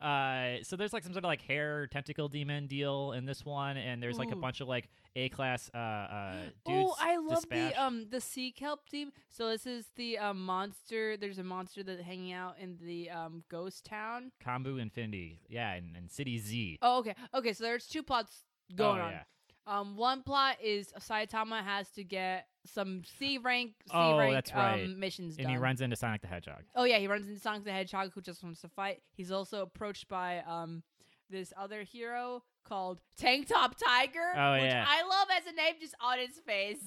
Uh, so there's like some sort of like hair tentacle demon deal in this one, and there's like a
Ooh.
bunch of like A class uh, uh dudes.
oh, I love
dispatched.
the um the sea kelp team. So this is the um, monster. There's a monster that's hanging out in the um ghost town.
Kombu Infinity, yeah, and, and City Z.
Oh okay, okay. So there's two plots going
oh,
on.
yeah.
Um, one plot is Saitama has to get some C rank, C
Oh,
rank
that's right.
um, missions
and
done.
he runs into Sonic the Hedgehog.
oh yeah, he runs into Sonic the Hedgehog who just wants to fight. He's also approached by um this other hero called Tank Top Tiger,
Oh,
which
yeah.
I love as a name just on his face.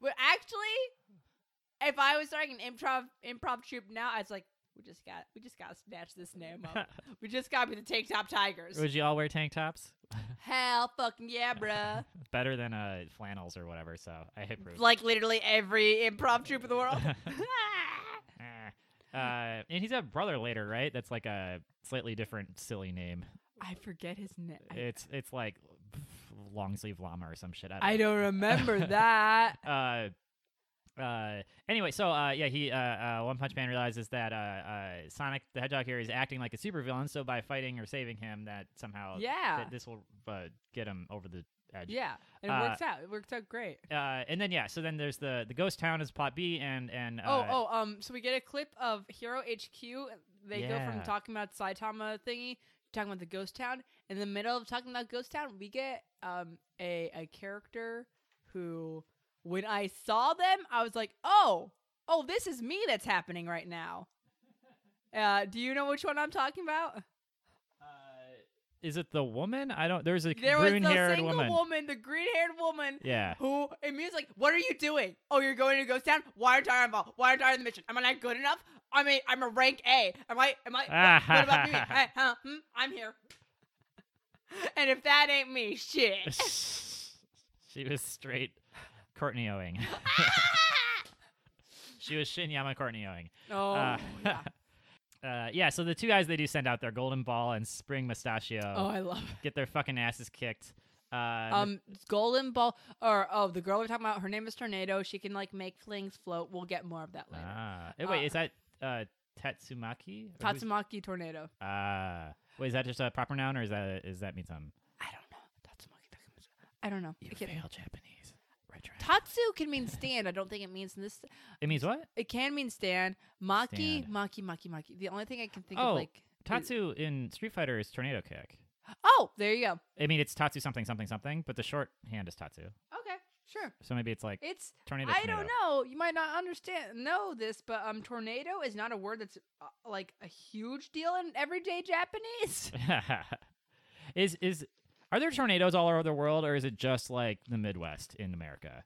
but actually, if I was starting an improv improv troupe now, I was like, we just got we just gotta snatch this name up. we just gotta be the Tank Top Tigers.
Would you all wear tank tops?
Hell fucking yeah, bruh.
Better than uh, flannels or whatever. So I approve.
like literally every improv troupe in the world.
Eh. Uh, and he's a brother later, right? That's like a slightly different, silly name.
I forget his name. I,
It's it's like long sleeve llama or some shit. I don't.
I don't remember that.
Uh, uh, anyway, so uh, yeah, he uh, uh, One Punch Man realizes that uh, uh, Sonic the Hedgehog here is acting like a supervillain, so by fighting or saving him, that somehow
Yeah.
Oh, that this will uh, get him over the edge.
Yeah, and it
Uh,
works out. It works out great.
Uh, and then yeah, so then there's the the ghost town is plot B, and and uh,
oh, oh, um, so we get a clip of Hero HQ. They go from
Yeah.
talking about Saitama thingy, talking about the ghost town. In the middle of talking about ghost town, we get um a a character who, when I saw them, I was like, oh, oh, this is me that's happening right now. Uh, do you know which one I'm talking about?
Uh, is it the woman? I don't. There's a
There was
green
the
haired
single
woman.
the green haired woman
Yeah.
who It means like, what are you doing? Oh, you're going to Ghost Town? Why aren't I involved? Why aren't I in the mission? Am I not good enough? I'm a I'm a rank A. Am I am I what, what about me? Hey, huh, hmm? I'm here. And if that ain't me, shit.
she was straight Courtney Owing. she was Shinyama Courtney Owing.
oh
Uh,
yeah.
uh, yeah, so the two guys they do send out their Golden Ball and Spring Mustachio
Oh, I love it.
get their fucking asses kicked. Uh,
Um, Golden Ball, or oh, the girl we're talking about. Her name is Tornado. She can like make flings float. We'll get more of that later.
ah. Eh,
uh,
wait, is that uh, Tatsumaki? Or who's-
Tatsumaki Tornado.
Ah. wait, is that just a proper noun or is that is that um, mean something?
I don't know. Tatsumaki. Tatsumaki. I don't know. I can't-
Japanese.
Tatsu can mean stand. I don't think it means in this.
It means what?
It can mean stand. Maki,
Stand.
maki, maki, maki. The only thing I can think
Oh,
of like
Tatsu in Street Fighter is tornado kick.
Oh, there you go.
I mean, it's Tatsu something something something, but the shorthand is Tatsu.
Okay, sure.
So maybe it's like
It's
tornado.
I
tornado.
don't know. You might not understand know this, but um, tornado is not a word that's uh, like a huge deal in everyday Japanese.
is is are there tornadoes all over the world, or is it just like the Midwest in America?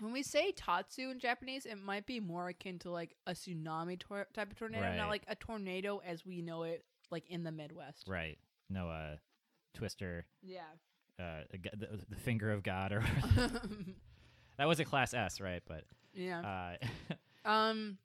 When we say tatsu in Japanese, it might be more akin to like a tsunami tor- type of tornado,
Right.
not like a tornado as we know it, like in the Midwest.
Right. No, uh, Twister,
Yeah.
uh, g- the, the finger of God, or whatever. that was a class S, right? But
yeah.
uh,
Um.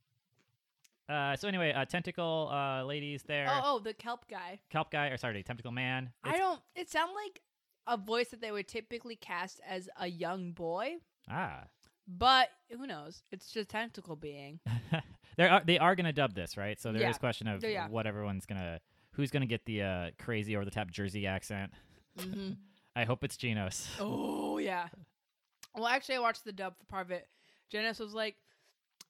uh, so anyway, uh, tentacle uh, ladies there,
Oh, oh, the kelp guy.
kelp guy, or sorry, tentacle man.
I
It's-
don't. It sounds like a voice that they would typically cast as a young boy,
ah,
but who knows? It's just tentacle being.
there are uh, they are gonna dub this, right? So there is
Yeah.
question of
Yeah, yeah.
what everyone's gonna who's gonna get the uh, crazy over the top Jersey accent.
hmm
I hope it's Genos.
Oh yeah. Well, actually, I watched the dub for part of it. Janice was like,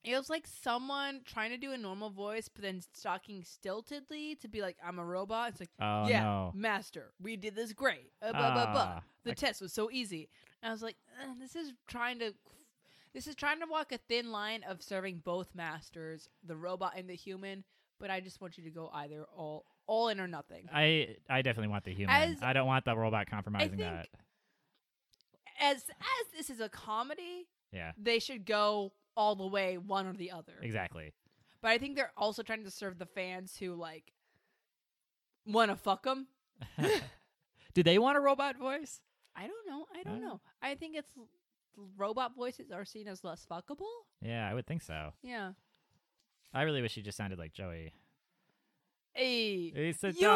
it was like someone trying to do a normal voice, but then talking stiltedly to be like, "I'm a robot." It's like,
Oh
yeah,
no.
master, we did this great. Uh, blah, blah, blah.
Ah,
The
I-
test was so easy. And I was like, "Uh, this is trying to. This is trying to walk a thin line of serving both masters, the robot and the human, but I just want you to go either all all in or nothing.
I I definitely want the human.
As-
I don't want the robot compromising
think-
that.
As as this is a comedy,
Yeah,
they should go all the way one or the other.
exactly.
But I think they're also trying to serve the fans who like want to fuck them.
Do they want a robot voice?
I don't know. I don't
Uh.
know. I think it's robot voices are seen as less fuckable.
Yeah, I would think so.
Yeah.
I really wish he just sounded like Joey.
Hey.
It's a
you,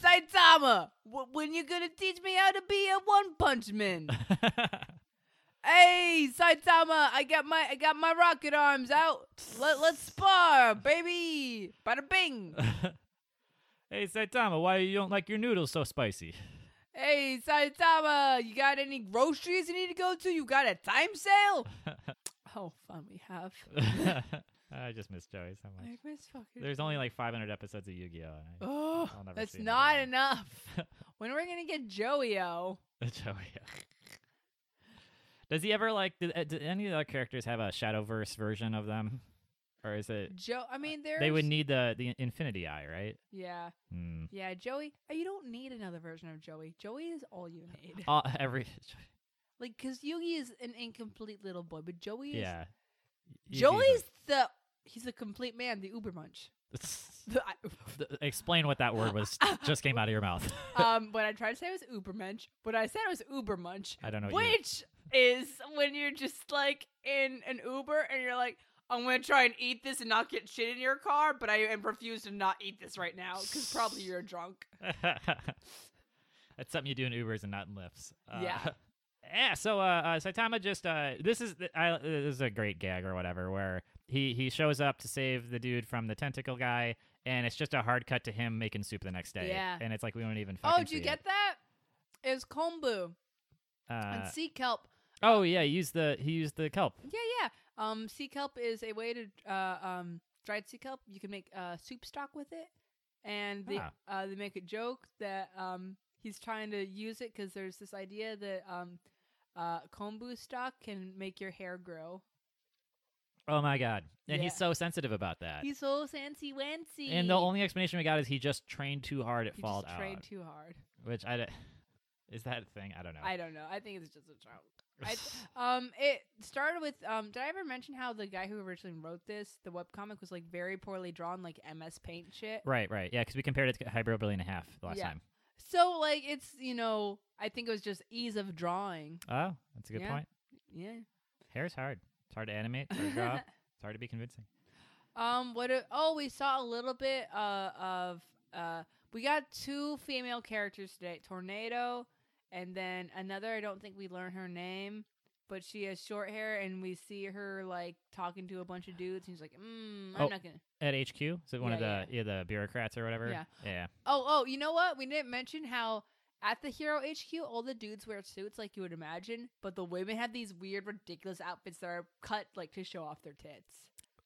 Saitama, w- when you gonna teach me how to be a One Punch Man? hey, Saitama, I got my I got my rocket arms out. Let let's spar, baby. Bada bing.
hey Saitama, why you don't like your noodles so spicy?
Hey, Saitama, you got any groceries you need to go to? You got a time sale? oh, fun we have.
I just miss Joey so much.
Like, where's fucking-
There's only like 500 episodes of Yu-Gi-Oh.
Oh,
I'll never
that's
see another
not
one.
enough. when are we gonna get Joey-O?
And I... Joey. Does he ever like? Do, uh, do any of the other characters have a Shadowverse version of them, or is it
Joe, I mean, there's
they would need the the Infinity Eye, right?
Yeah,
Hmm.
yeah, Joey. uh, You don't need another version of Joey. Joey is all you need.
All, every
Like, cause Yugi is an incomplete little boy, but Joey is
yeah. Yugi's a-
Joey's the he's a complete man, the Uber Munch. The,
Th- Explain what that word was just came out of your mouth.
um, what I tried to say was Uber Munch. What I said was Uber Munch.
I don't know. what you-
Which is when you're just like in an Uber and you're like, I'm gonna try and eat this and not get shit in your car, but I am refuse to not eat this right now because probably you're drunk.
That's something you do in Ubers and not in Lyfts. Uh,
Yeah.
Yeah. So uh, uh, Saitama just uh, this is th- I, this is a great gag or whatever where he he shows up to save the dude from the tentacle guy and it's just a hard cut to him making soup the next day.
Yeah.
And it's like we don't even.
Oh,
Fucking
did you
see
get
it.
that? It's kombu
Uh,
and sea kelp.
oh yeah, he used the he used the kelp.
Yeah, yeah. Um, sea kelp is a way to uh, um dried sea kelp. You can make uh, soup stock with it, and they
Ah.
uh, they make a joke that um he's trying to use it because there's this idea that um uh kombu stock can make your hair grow.
Oh my god. And
Yeah.
he's so sensitive about that.
He's so fancy wancy.
and the only explanation we got is he just trained too hard. uh, It
he
falled
just
out.
trained too hard.
Which I d- is that a thing? I don't know.
I don't know. I think it's just a joke. I- um, it started with um. Did I ever mention how the guy who originally wrote this, the webcomic, was like very poorly drawn, like MS Paint shit?
right, right. Yeah, because we compared it to Hybrid Billion and a Half last
Yeah.
time.
So like it's you know I think it was just ease of drawing.
Oh, that's a good
Yeah.
point.
Yeah.
Hair's hard. It's hard to animate. It's hard to draw. it's hard to be convincing.
um. What? a- oh, we saw a little bit uh, of uh. We got two female characters today: Tornado, and then another. I don't think we learn her name, but she has short hair, and we see her like talking to a bunch of dudes. And she's like, "Mm, I'm
Oh.
not gonna."
At HQ, is it one
Yeah,
of the
yeah.
yeah. the bureaucrats or whatever?
Yeah.
Yeah.
Oh, oh, you know what? We didn't mention how at the Hero HQ, all the dudes wear suits like you would imagine, but the women had these weird, ridiculous outfits that are cut like to show off their tits.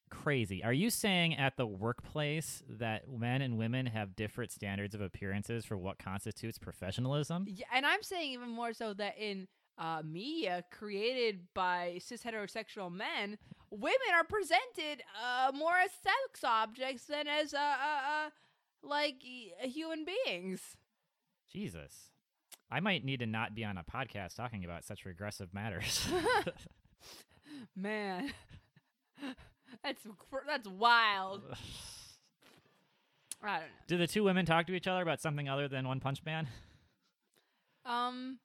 Crazy. Are you saying at the workplace that men and women have different standards of appearances for what constitutes professionalism?
Yeah, and I'm saying even more so that in uh, media created by cis heterosexual men, women are presented uh, more as sex objects than as uh, uh, uh, like e- human beings.
Jesus. I might need to not be on a podcast talking about such regressive matters.
Man, that's cr- that's wild. I don't know.
Do the two women talk to each other about something other than One Punch Man?
Um.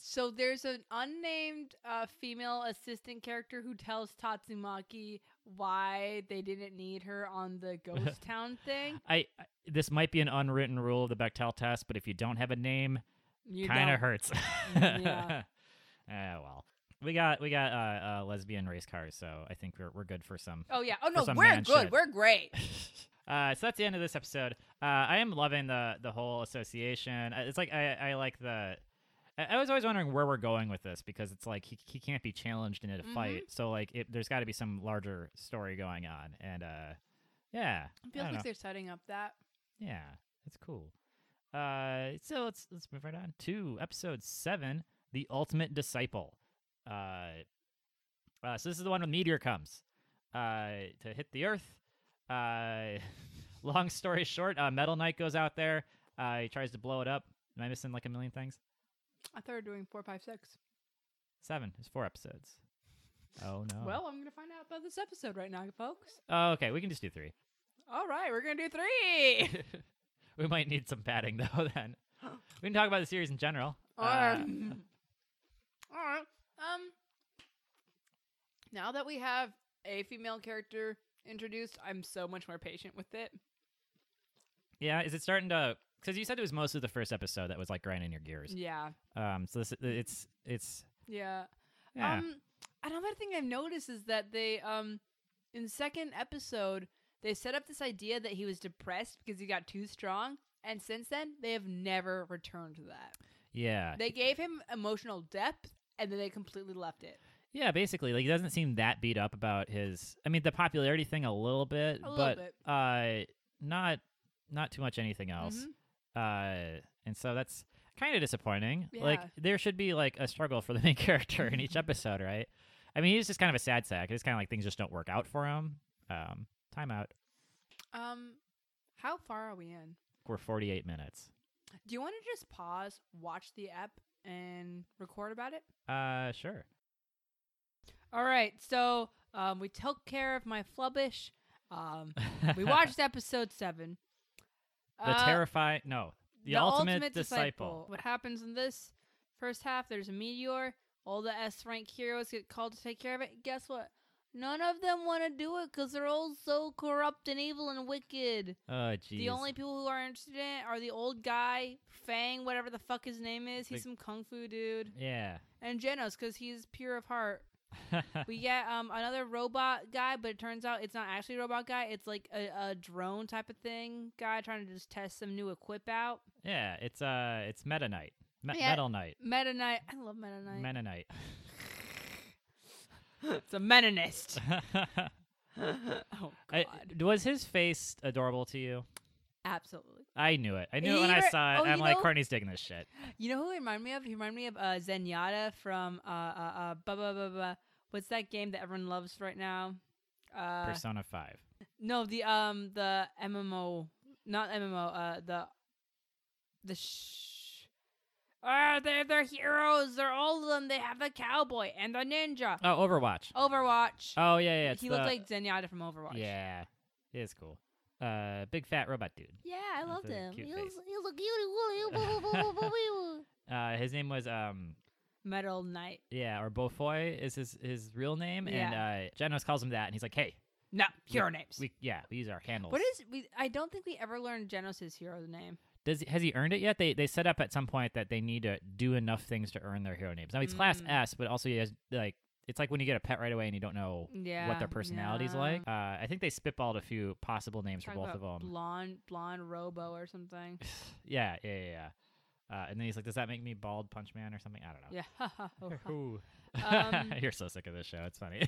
So there's an unnamed uh, female assistant character who tells Tatsumaki why they didn't need her on the ghost town thing.
I, I this might be an unwritten rule of the Bechtel test, but if you don't have a name,
You
kind
don't- Mm,
of hurts.
Yeah.
Ah, well, we got we got uh, uh, lesbian race cars, so I think we're we're good for some.
Oh yeah. Oh no,
some
we're
man
good.
shit.
We're great.
Uh, so that's the end of this episode. Uh, I am loving the the whole association. I- It's like I I like the. I- I was always wondering where we're going with this because it's like he, he can't be challenged in a
Mhm.
fight, so like it, there's got to be some larger story going on, and uh, yeah,
It
I
feels
don't know.
like they're setting up that.
Yeah, that's cool. Uh, so let's let's move right on to episode seven, the ultimate disciple. Uh, uh, so this is the one when meteor comes uh, to hit the earth. Uh, long story short, uh, Metal Knight goes out there. Uh, he tries to blow it up. Am I missing like a million things?
I thought we were doing four, five, six.
Seven. It's four episodes. Oh no.
Well, I'm gonna find out about this episode right now, folks.
Oh, okay. We can just do three.
All right, we're gonna do three.
we might need some padding though. Then we can talk about the series in general. Uh,
Um, all right. Um, now that we have a female character introduced, I'm so much more patient with it.
Yeah, is it starting to? Because you said it was mostly the first episode that was like grinding your gears.
Yeah,
Um, so this it's it's
yeah.
yeah.
Um, another thing I've noticed is that they, um, in the second episode, they set up this idea that he was depressed because he got too strong, and since then they have never returned to that.
yeah,
They gave him emotional depth, and then they completely left it.
yeah. Basically, like he doesn't seem that beat up about his. I mean, the popularity thing a little bit,
A little
but
bit.
uh, not not too much anything else.
Mhm.
Uh, and so that's kind of disappointing. Like
Yeah.
there should be like a struggle for the main character in each episode, right? I mean, he's just kind of a sad sack. It's kind of like things just don't work out for him. Um, timeout.
Um, how far are we in?
We're forty-eight minutes.
Do you want to just pause, watch the app, and record about it?
Uh, sure.
All right. So um, we took care of my flubbish. Um, we watched uh, episode seven.
the terrify no the, ultimate, disciple.
What happens in this first half? There's a meteor. All the S rank heroes get called to take care of it. Guess what? None of them want to do it because they're all so corrupt and evil and wicked.
Oh jeez.
The only people who are interested in it are the old guy, Fang, whatever the fuck his name is. He's
The-
some kung fu dude.
yeah.
and Genos because he's pure of heart. We get um another robot guy, but it turns out it's not actually a robot guy. It's like a, a drone type of thing guy trying to just test some new equip out.
yeah, it's uh it's Meta Knight. Me-
Yeah.
Metal Knight.
Meta Knight. I love Meta Knight.
Mennonite.
it's a Meninist. oh
I,
God.
was his face adorable to you?
Absolutely.
I knew it. I knew it when I
Either-
saw it.
oh,
I'm
you
like,
know-
Courtney's digging this shit.
You know who he reminded me of? He reminded me of uh, Zenyatta from uh uh uh blah, blah, blah, blah. what's that game that everyone loves right now? Uh,
Persona Five.
No, the um the MMO, not MMO. Uh, the the sh- Ah, they're they're heroes. They're all of them. They have the cowboy and the ninja.
Oh, Overwatch.
Overwatch.
Oh yeah, yeah. It's
he
the,
looked like Zenyatta from Overwatch.
Yeah, it is cool. Uh, big fat robot dude.
Yeah, I
That's
loved
a
him.
cute
He
face.
was, he was a cutie.
Uh, his name was um
Metal Knight.
yeah, or Beaufoy is his his real name, and uh, Genos calls him that, and he's like, hey,
No, hero
we-
names.
we yeah, we use our handles.
what is? We, I don't think we ever learned Genos' hero name.
Does has he earned it yet? They they set up at some point that they need to do enough things to earn their hero names. Now it's class
Mm.
S, but also he has like it's like when you get a pet right away and you don't know
Yeah.
what their personality's
yeah.
like. Uh, I think they spitballed a few possible names for
Talking
both of
about
them.
Blonde, blonde Robo or something.
yeah, yeah, yeah. yeah. Uh, and then he's like, "Does that make me bald, Punch Man, or something?" I don't know.
Yeah.
Ooh.
Um,
You're so sick of this show. It's funny.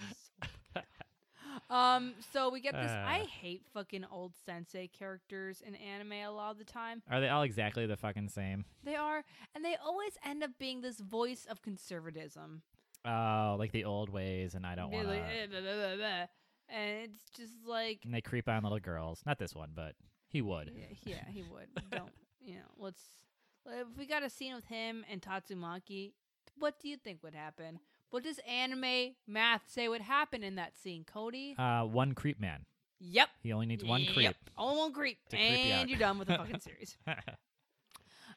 um. So we get this.
Uh.
I hate fucking old sensei characters in anime a lot of the time.
Are they all exactly the fucking same?
They are, and they always end up being this voice of conservatism.
Oh, like the old ways, and I don't
Be
want
like,
to.
"Eh, blah, blah, blah, blah." And it's just like,
And they creep on little girls. Not this one, but he would.
yeah, yeah, he would. Don't you know? Let's. If we got a scene with him and Tatsumaki, what do you think would happen? What does anime math say would happen in that scene, Cody?
Uh, one creep man.
yep.
He only needs one
Yep.
creep.
Only one creep,
To creep you
and
out.
you're done with the fucking series.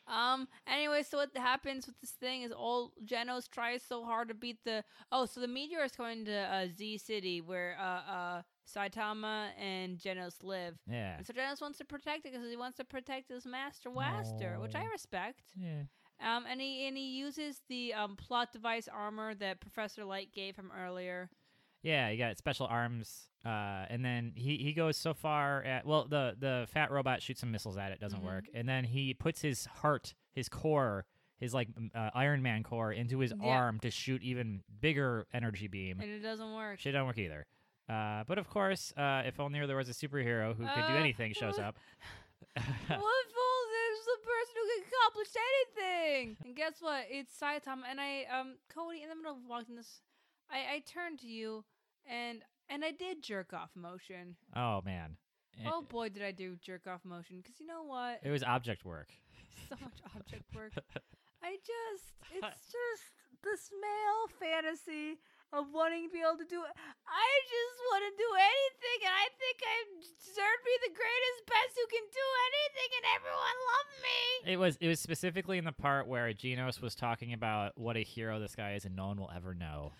Um. Anyway, so what happens with this thing is old Genos tries so hard to beat the. Oh, so the meteor is going to uh, Z City where uh, uh, Saitama and Genos live.
yeah.
And so Genos wants to protect it because he wants to protect his master Waster, which I
No.
respect.
Yeah.
Um, and he and he uses the um, plot device armor that Professor Light gave him earlier.
Yeah, you got special arms. Uh, and then he, he goes so far at well the the fat robot shoots some missiles at it doesn't
Mhm.
work and then he puts his heart his core his like m- uh, Iron Man core into his
Yeah.
arm to shoot even bigger energy beam.
And it doesn't work.
Shit don't work either. Uh, but of course, uh, if only there was a superhero who could do
Uh,
anything shows
well-
up.
what fool is the person who can accomplish anything? And guess what? It's Saitama. And I, um, Cody, in the middle of walking this, I, I turned to you, and and I did jerk off motion.
oh man, It-
Oh boy, did I do jerk off motion? Because you know what?
it was object work.
so much object work. I just, it's just this male fantasy of wanting to be able to do. I just want to do anything, and I think I deserve to be the greatest, best who can do anything, and everyone love me.
It was it was specifically in the part where Genos was talking about what a hero this guy is and no one will ever know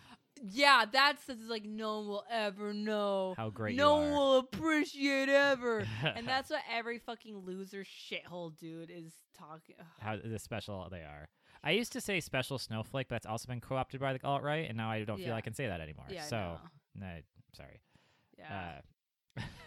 Yeah, that's that's like no one will ever know.
how great
no
you
one
are.
will appreciate ever. and that's what every fucking loser shithole dude is talking.
how the special they are. I used to say special snowflake, but that's also been co opted by the alt right, and now I don't
Yeah.
feel I can say that anymore.
Yeah, I
so,
know.
no, sorry.
yeah.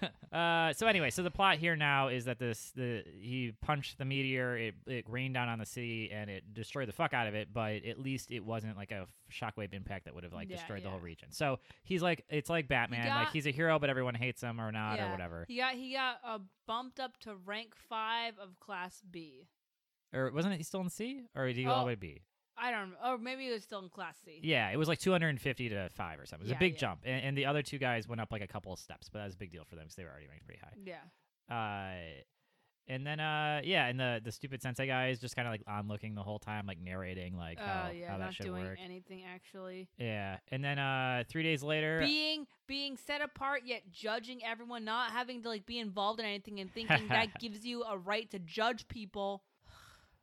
Uh, uh, so anyway, so the plot here now is that this the he punched the meteor, it, it rained down on the city, and it destroyed the fuck out of it. But at least it wasn't like a shockwave impact that would have like
Yeah,
destroyed the
yeah.
whole region. So he's like, it's like Batman, like
got-
he's a hero, but everyone hates him or not
Yeah.
or whatever.
He got he got uh, bumped up to rank five of class B.
Or wasn't he still in C, or did he go all
Oh.
the way to B?
I don't know. Or maybe he was still in class C.
Yeah, it was like 250 to five or something. It was
Yeah,
a big
yeah.
jump, and, and the other two guys went up like a couple of steps, but that was a big deal for them because they were already ranked pretty high.
Yeah.
Uh, and then uh, yeah, and the the stupid sensei guy is just kind of like onlooking the whole time, like narrating like
Oh
how,
yeah,
how that
not
should
doing
work.
anything actually.
yeah, and then uh, three days later,
Being being set apart yet judging everyone, not having to like be involved in anything and thinking that gives you a right to judge people.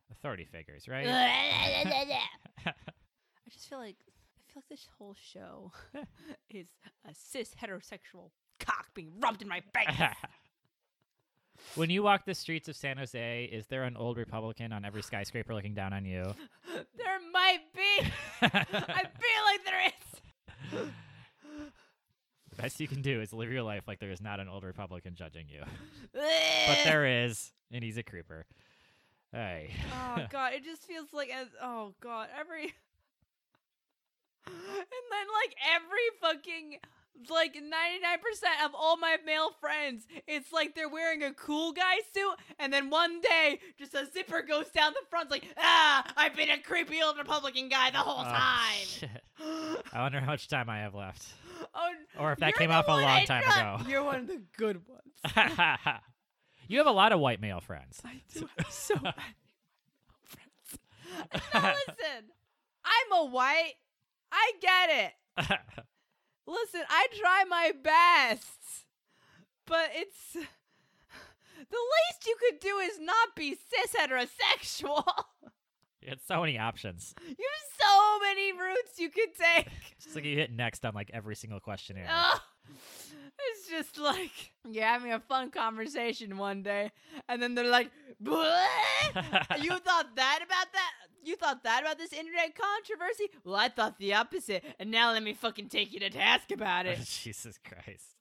authority figures, right?
I just feel like I feel like this whole show is a cis heterosexual cock being rubbed in my face.
when you walk the streets of San Jose, is there an old Republican on every skyscraper looking down on you?
there might be. I feel like there is.
Best you can do is live your life like there is not an old Republican judging you. but
But
there is, and he's a creeper. Hey,
oh god, it just feels like as oh god, every and then like every fucking like 99% of all my male friends, it's like they're wearing a cool guy suit and then one day just a zipper goes down the front like, "Ah, I've been a creepy old Republican guy the whole
Oh,
time."
shit. I wonder how much time I have left,
oh,
or if that
you're
came
the
off a
one
long
I
time
trust.
ago.
You're one of the good ones.
you have a lot of white male friends.
I do have so many. Now listen, I'm a white. I get it. Listen, I try my best, but it's the least you could do is not be cis heterosexual.
it's so many options.
you have so many routes you could take.
It's like you hit next on like every single questionnaire.
Ugh. It's just like you're having a fun conversation one day, and then they're like, "Bleh? you thought that about that? You thought that about this internet controversy? Well, I thought the opposite, and now let me fucking take you to task about it.
Jesus Christ.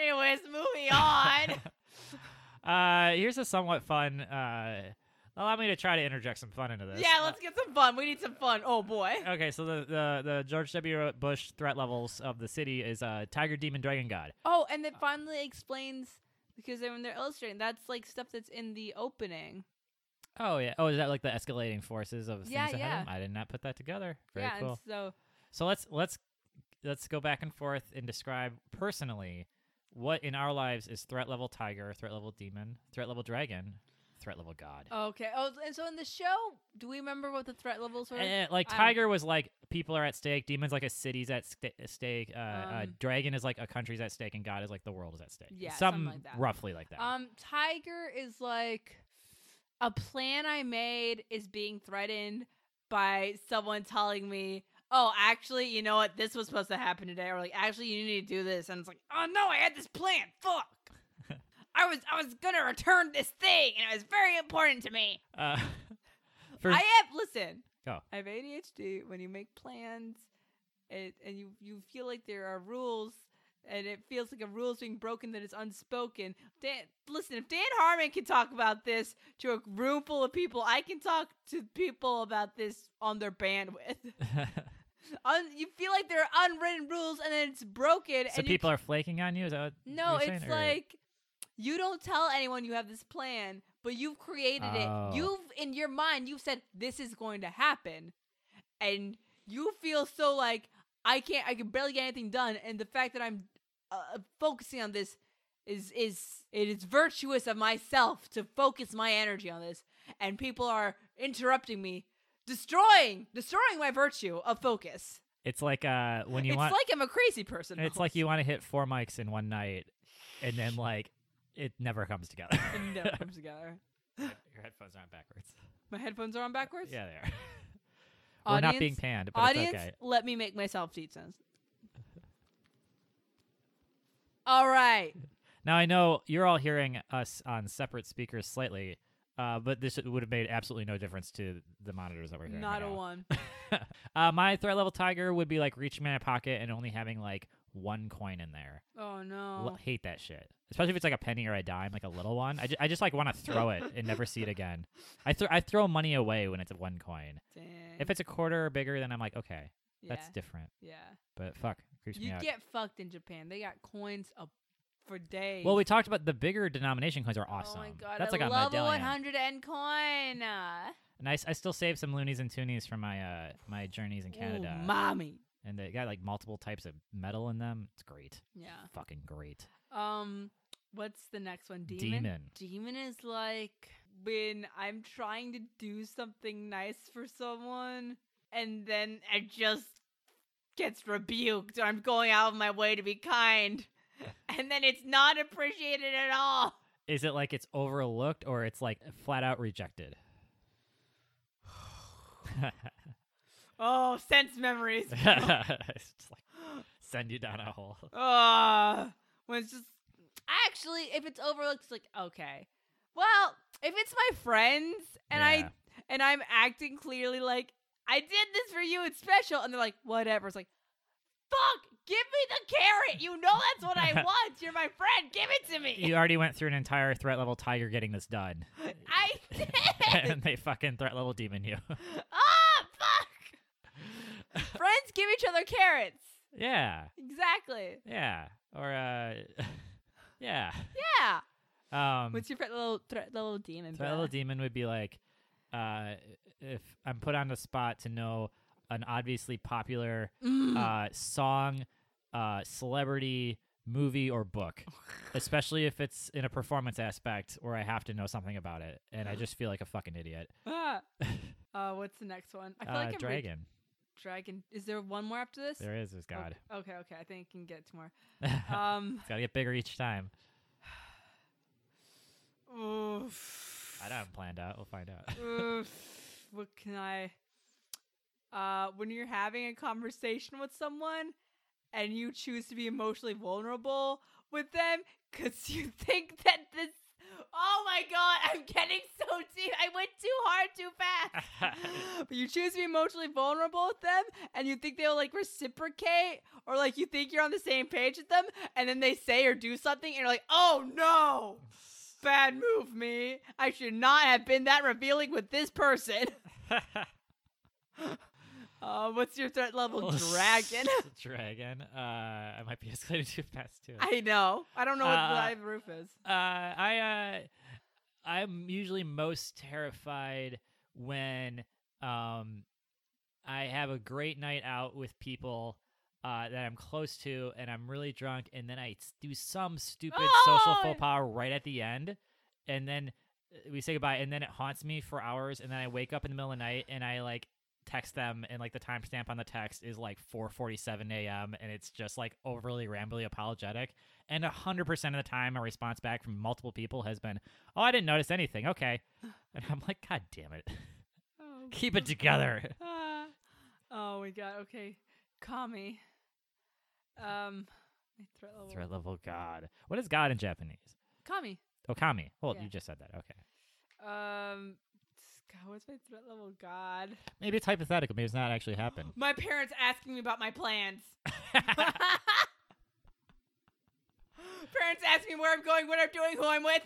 Anyways, moving on.
uh, here's a somewhat fun. Uh, allow me to try to interject some fun into this.
yeah,
Uh,
let's get some fun. We need some fun. Oh boy.
Okay, so the, the the George W. Bush threat levels of the city is uh, tiger, demon, dragon god.
Oh, and it finally explains because then when they're illustrating, that's like stuff that's in the opening.
Oh yeah. Oh, is that like the escalating forces of
Yeah,
things ahead
yeah.
of them? I did not put that together. Very
yeah,
cool.
and so
So let's let's let's go back and forth and describe personally what in our lives is threat level tiger, threat level demon, threat level dragon, threat level god.
okay. Oh, and so in the show, do we remember what the threat levels were?
Eh, like
I don't-
tiger was like people are at stake, demons like a city's at sta- stake, uh, uh,
Um,
dragon is like a country's at stake, and god is like the world is at stake.
Yeah,
some
something like that.
roughly like that.
Um, Tiger is like a plan I made is being threatened by someone telling me, "Oh, actually, you know what? This was supposed to happen today," or like, "Actually, you need to do this," and it's like, "Oh no, I had this plan. Fuck." I was I was gonna return this thing, and it was very important to me.
Uh, for Oh.
I have listen.
Go.
I have ADHD. When you make plans, it, and you you feel like there are rules, and it feels like a rule is being broken that is unspoken. Dan, listen, if Dan Harmon can talk about this to a room full of people, I can talk to people about this on their bandwidth. Un, you feel like there are unwritten rules, and then it's broken.
so
and you
people are flaking on you. Is that what
no,
you're saying,
it's
or-
like you don't tell anyone you have this plan, but you've created
Oh.
it. You've in your mind you've said this is going to happen, and you feel so like I can't, I can barely get anything done, and the fact that I'm uh, focusing on this is is it is virtuous of myself to focus my energy on this, and people are interrupting me, destroying destroying my virtue of focus.
it's like uh when you
it's
want
like I'm a crazy person.
it's like you want to hit four mics in one night, and then like it never comes together.
And no, it comes together.
Your headphones aren't backwards.
My headphones are on backwards.
Yeah, they are. We're not being
Audience-
panned, but
Audience,
it's okay.
let me make myself teach sense. All right.
Now I know you're all hearing us on separate speakers slightly, uh, but this would have made absolutely no difference to the monitors that we're hearing.
Not
right
a
now.
one.
uh, my threat level tiger would be like reaching in my pocket and only having like one coin in there.
Oh
L-
no.
hate that shit. Especially if it's like a penny or a dime, like a little one. I, ju- I just like want to throw it and never see it again. I throw I throw money away when it's a one coin.
Dang.
If it's a quarter or bigger, then I'm like, okay,
yeah,
that's different.
yeah.
But fuck, creeps
You
me out.
get fucked in Japan. They got coins up for days.
well, we talked about the bigger denomination coins are awesome.
Oh my god,
that's
I
like
love
a medallion.
a 100 end coin. Uh,
And I, s- I still save some loonies and toonies from my uh my journeys in
ooh,
Canada.
mommy.
and they got like multiple types of metal in them. It's great.
Yeah.
Fucking great.
Um, what's the next one? Demon.
Demon.
Demon is like when I'm trying to do something nice for someone and then it just gets rebuked or I'm going out of my way to be kind and then it's not appreciated at all.
Is it like it's overlooked or it's like flat out rejected?
Oh, sense memories.
it's just like send you down a hole.
Ah, when it's just actually if it's overlooked, it's like okay, well if it's my friends and
Yeah.
I and I'm acting clearly like I did this for you, it's special, and they're like whatever. It's like fuck, give me the carrot. You know that's what I want. You're my friend. Give it to me.
You already went through an entire threat level tiger getting this done.
I did.
and they fucking threat level demon you.
ah, fuck. friends give each other carrots.
yeah.
Exactly.
Yeah. Or uh Yeah.
Yeah.
Um
What's your fr- little thre- little demon?
threat
bruh?
level demon would be like uh if I'm put on the spot to know an obviously popular
Mm.
uh, song, uh, celebrity, movie or book, especially if it's in a performance aspect where I have to know something about it, and I just feel like a fucking idiot.
Ah. Uh, what's the next one? I feel
uh,
like I'm reading-
Dragon.
Dragon. Is there one more after this?
There is, is
Oh,
God.
okay, okay. I think I can get two more.
it's
Um,
gotta get bigger each time.
oof.
I don't have it planned out. We'll find out.
Oof. What can I? Uh, when you're having a conversation with someone and you choose to be emotionally vulnerable with them because you think that this. Oh my god, I'm getting so deep. I went too hard too fast. but you choose to be emotionally vulnerable with them and you think they'll like reciprocate or like you think you're on the same page with them and then they say or do something and you're like, oh no. Bad move, me. I should not have been that revealing with this person. Uh, what's your threat
Oh,
level, dragon?
dragon. Uh, I might be escalating too fast too.
I know. I don't know what
Uh,
the live roof is.
uh, I uh, I'm usually most terrified when um, I have a great night out with people uh, that I'm close to, and I'm really drunk, and then I s- do some stupid social
Oh!
faux pas right at the end, and then uh, we say goodbye, and then it haunts me for hours, and then I wake up in the middle of the night, and I like text them and like the timestamp on the text is like 4:47 a.m. and it's just like overly rambly apologetic and 100% of the time a response back from multiple people has been oh I didn't notice anything okay and I'm like god damn it keep it together
Oh. Ah. oh my god. Okay, call me. Um, my threat level.
threat level god what is god in Japanese
Call me.
okami hold
Yeah.
you just said that okay
Um, God, what's my threat level? God,
maybe it's hypothetical maybe it's not actually happened
my parents asking me about my plans. parents asking me where I'm going, what I'm doing, who I'm with.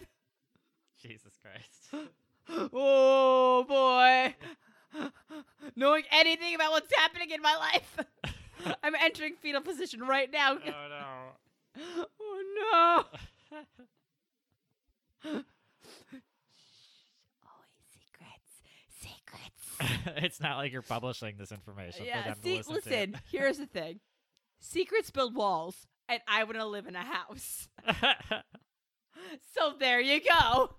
Jesus Christ
Oh boy. Knowing anything about what's happening in my life. I'm entering fetal position right now.
oh
oh no. Always secrets.
no
Secrets.
it's not like you're publishing this information for
yeah,
them
see,
to listen,
listen, here's the thing secrets build walls, and I want to live in a house.
to.
So there you go.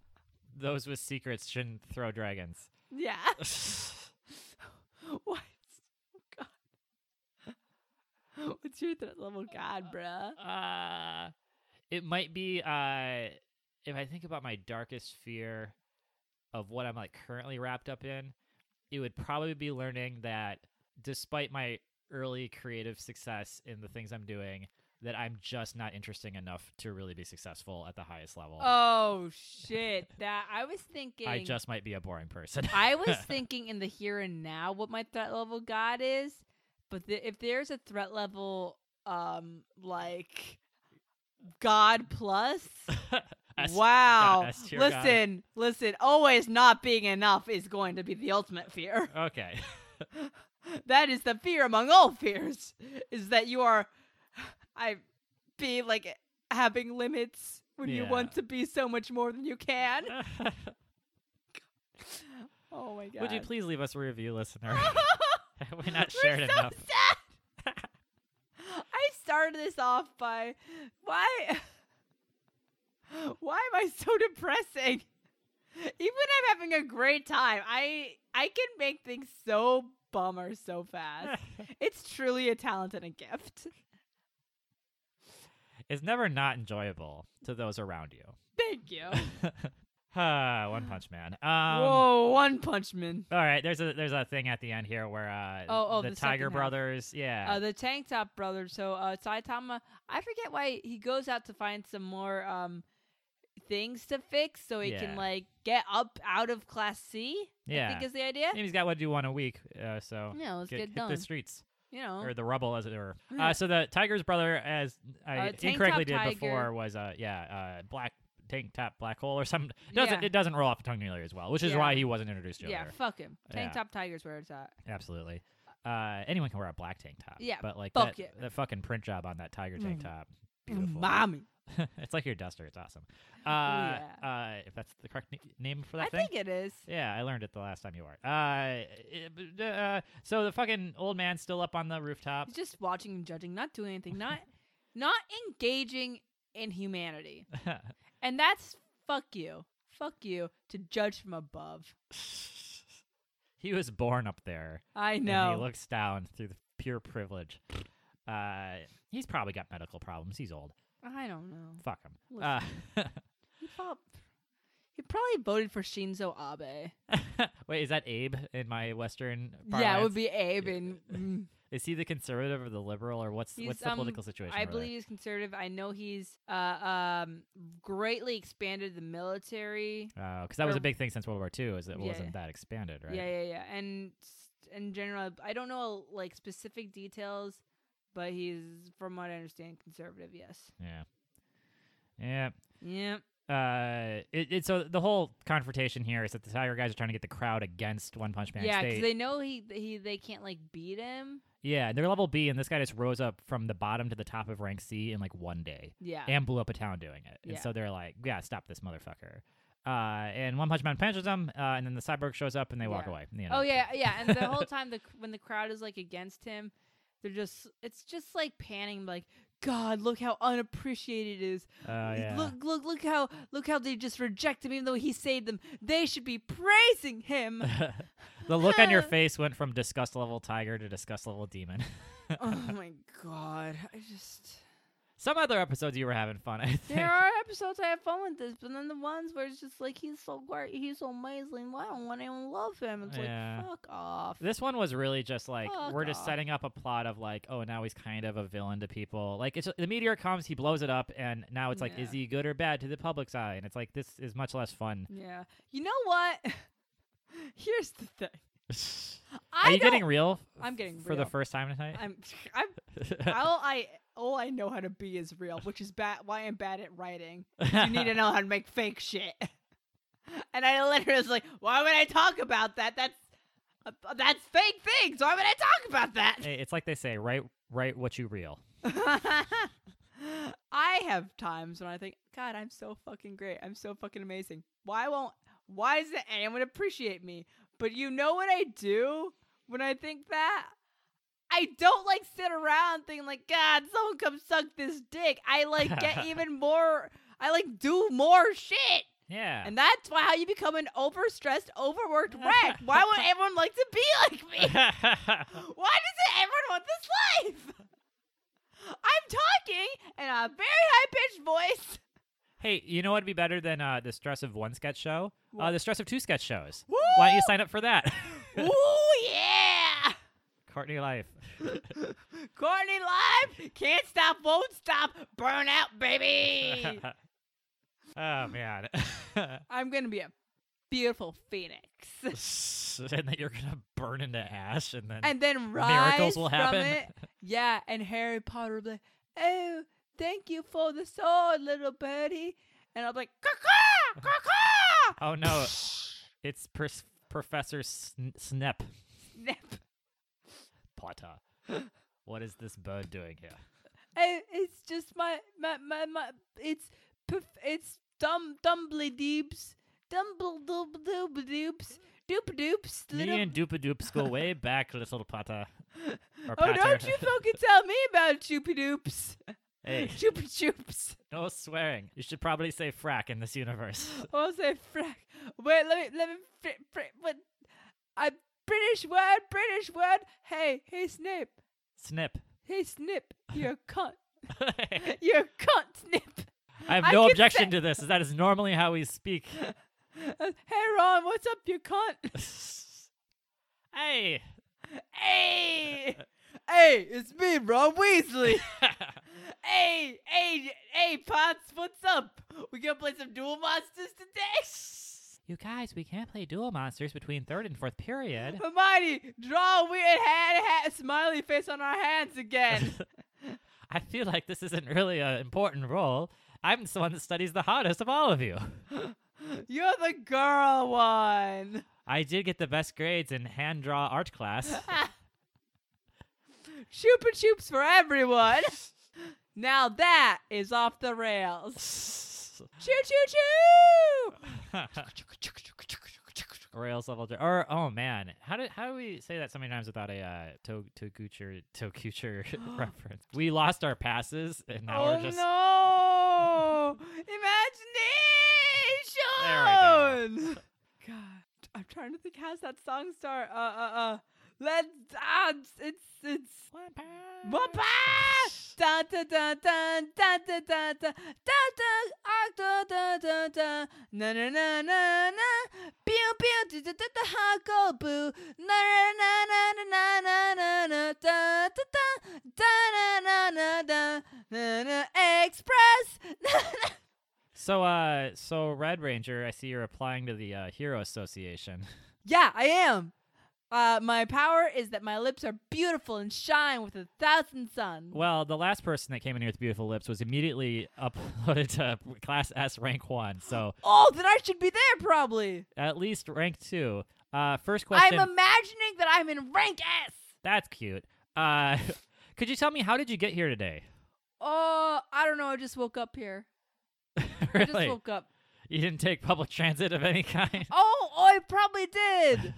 those with secrets shouldn't throw dragons
Yeah. What? Oh, God. What's your threat level, God, bruh?
uh it might be uh if i think about my darkest fear of what i'm like currently wrapped up in it would probably be learning that despite my early creative success in the things i'm doing that i'm just not interesting enough to really be successful at the highest level
Oh shit! That I was thinking.
i just might be a boring person
I was thinking in the here and now what my threat level God is, but the, if there's a threat level, um, like God plus.
As-
wow!
S tier God.
Listen, listen. Always not being enough is going to be the ultimate fear.
okay
that is the fear among all fears is that you are i be like having limits when you
Yeah.
want to be so much more than you can oh my god
would you please leave us a review listener we're not
We're
shared
so
enough
sad. i started this off by why why am i so depressing even when i'm having a great time i i can make things so bummer so fast It's truly a talent and a gift.
is never not enjoyable to those around you.
Thank you.
Ah, One Punch Man. Um,
Whoa, One Punch Man.
All right, there's a there's a thing at the end here where uh,
Oh, oh,
the,
the second
Tiger
half.
Brothers, yeah,
Uh, the Tank Top Brother. So uh, Saitama, I forget why he goes out to find some more um things to fix so he
Yeah.
can like get up out out of Class C. I
yeah.
think is the idea.
Maybe he's got what to do one a week, uh, so
No, let's
get,
get,
hit
done.
the streets
you know,
or the rubble, as it were.
Yeah.
Uh, so the Tiger's brother, as I
Uh, Tank
incorrectly
Top
did
Tiger.
before, was uh, yeah, uh, black tank top black hole or something. Doesn't
Yeah.
it doesn't roll off the tongue nearly as well, which is
Yeah.
why he wasn't introduced earlier.
yeah, fuck him. Tank
Yeah.
Top Tiger's where it's at.
Absolutely. Uh, anyone can wear a black tank top.
Yeah,
but like
fuck
that,
it.
that fucking print job on that tiger tank
Mm.
top, beautiful.
Mommy.
it's like your duster. It's awesome.
yeah.
Uh, uh, if that's the correct n- name for that
I
thing.
think it is.
yeah, I learned it the last time you were. Uh, it- b- d- uh, so the fucking old man's still up on the rooftop.
He's just watching and judging, not doing anything, not not engaging in humanity. And that's fuck you. Fuck you to judge from above.
he was born up there.
I
And
know.
he looks down through the pure privilege. Uh, he's probably got medical problems. He's old.
I don't know.
Fuck him. Uh,
He probably, he probably voted for Shinzo Abe.
wait, is that Abe in my
Yeah,
Western?
it
parlance?
would be Abe. And mm,
Is he the conservative or the liberal, or what's
He's,
what's the
um,
political situation?
I
over there?
believe he's conservative. I know he's uh, um, greatly expanded the military.
because Uh, that was
or-
a big thing since World War II, is it
Yeah, yeah.
wasn't that expanded, right?
Yeah, yeah, yeah. And s- in general, I don't know like specific details, but he's, from what I understand, conservative. Yes.
yeah, yeah.
Yeah.
Uh, it, it, so the whole confrontation here is that the Tiger guys are trying to get the crowd against One Punch Man.
Yeah,
State.
because they know he he they can't like beat him.
yeah, and they're level B, and this guy just rose up from the bottom to the top of rank C in like one day.
Yeah.
and blew up a town doing it. And
Yeah.
so they're like, yeah, stop this motherfucker. Uh, and One Punch Man punches him, uh, and then the cyborg shows up and they walk
Yeah.
away. You know,
oh yeah, yeah. And the whole time the c- when the crowd is like against him, they're just it's just like panning like God, look how unappreciated it is.
Oh, yeah.
Look, look, look how look how they just reject him, even though he saved them. They should be praising him.
the look on your face went from disgust level tiger to disgust level demon.
oh my God, I just.
Some other episodes you were having fun, I think.
There are episodes I have fun with this, but then the ones where it's just like he's so great, he's so amazing. Why don't anyone love him? It's
Yeah.
like fuck off.
This one was really just like
Fuck
we're just
off.
setting up a plot of like, oh, now he's kind of a villain to people. Like it's the meteor comes, he blows it up, and now it's like,
Yeah.
is he good or bad to the public's eye? And it's like this is much less fun.
Yeah. You know what? Here's the thing. I
Are you
don't-
getting real?
I'm getting
for
real.
the first time tonight.
I'm. I'm. All I. All I know how to be is real, which is bad. Why I'm bad at writing. You need to know how to make fake shit. And I literally was like, why would I talk about that? That's. Uh, that's fake things. Why would I talk about that?
Hey, it's like they say, write write what you real.
I have times when I think, God, I'm so fucking great. I'm so fucking amazing. Why won't why doesn't anyone appreciate me? But you know what I do when I think that? I don't like sit around thinking like, God, someone come suck this dick. I like get even more I like do more shit.
Yeah.
And that's why how you become an overstressed, overworked wreck. Why won't everyone like to be like me? Why doesn't everyone want this life? I'm talking in a very high pitched voice.
hey, you know what'd be better than uh, the stress of one sketch show? Uh,
What?
the stress of two sketch shows.
Woo!
Why don't you sign up for that?
Ooh, yeah!
Courtney Life.
Courtney Live, can't stop, won't stop, burn out, baby!
oh man.
I'm gonna be a beautiful phoenix.
and that you're gonna burn into ash, and then
And then rise
Miracles will
from
happen.
it. Yeah, and Harry Potter will be like, oh, thank you for the sword, little birdie. And I'll be like, caw-caw, caw-caw.
oh no, it's pers- Professor Sn- Snep
Snap.
Potter. what is this bird doing here?
I, it's just my my my, my it's perf- it's dum dumbly deeps dumble doob doob doops doop doops
Me
little.
and Doopa Doops go way back, little Potter. Or
Oh,
Patter.
don't you fucking tell me about choopy doops,
hey,
choopy choops.
no swearing. You should probably say frack in this universe.
Or say frack. Wait, let me let me. Fr- fr- what? I British word, British word. Hey, hey Snip,
Snip.
hey Snip, you're a cunt, you're a cunt Snip.
I have
I
no
could
objection
say-
to this. as That is normally how we speak.
Uh, hey Ron, what's up, you cunt?
hey.
Hey! hey, it's me, Ron Weasley. hey, hey, hey, Potts, what's up? We gonna play some Duel Monsters today?
You guys, we can't play dual monsters between third and fourth period.
Hermione, draw a weird hand, ha smiley face on our hands again.
I feel like this isn't really an important role. I'm the one that studies the hardest of all of you.
You're the girl one.
I did get the best grades in hand draw art class.
Shoop and shoops for everyone. now that is off the rails. Choo choo choo!
Rails level dra- or oh man, how did how do we say that so many times without a uh, to tokucher tokucher reference? We lost our passes and now
oh
we're just
no!
There
Imagination. God, I'm trying to think. How's that song start? Uh, uh, uh. Let's dance. It's it's. Wapa! Da da da da da da da da da da da da da da na na na na na pew pew da da da da huckle boo na na na na na na na na da da da da na na na da na na express na na
So uh so Red Ranger, I see you're applying to the uh, Hero Association.
Yeah, I am. Uh, my power is that my lips are beautiful and shine with a thousand suns.
Well, the last person that came in here with beautiful lips was immediately uploaded to class S rank 1. So,
Oh, then I should be there probably.
at least rank 2. Uh first
I'm
question.
imagining that I'm in rank S.
That's cute. Uh could you tell me how did you get here today?
Oh, I don't know. I just woke up here. I just
really?
woke up.
You didn't take public transit of any kind?
Oh, I probably did.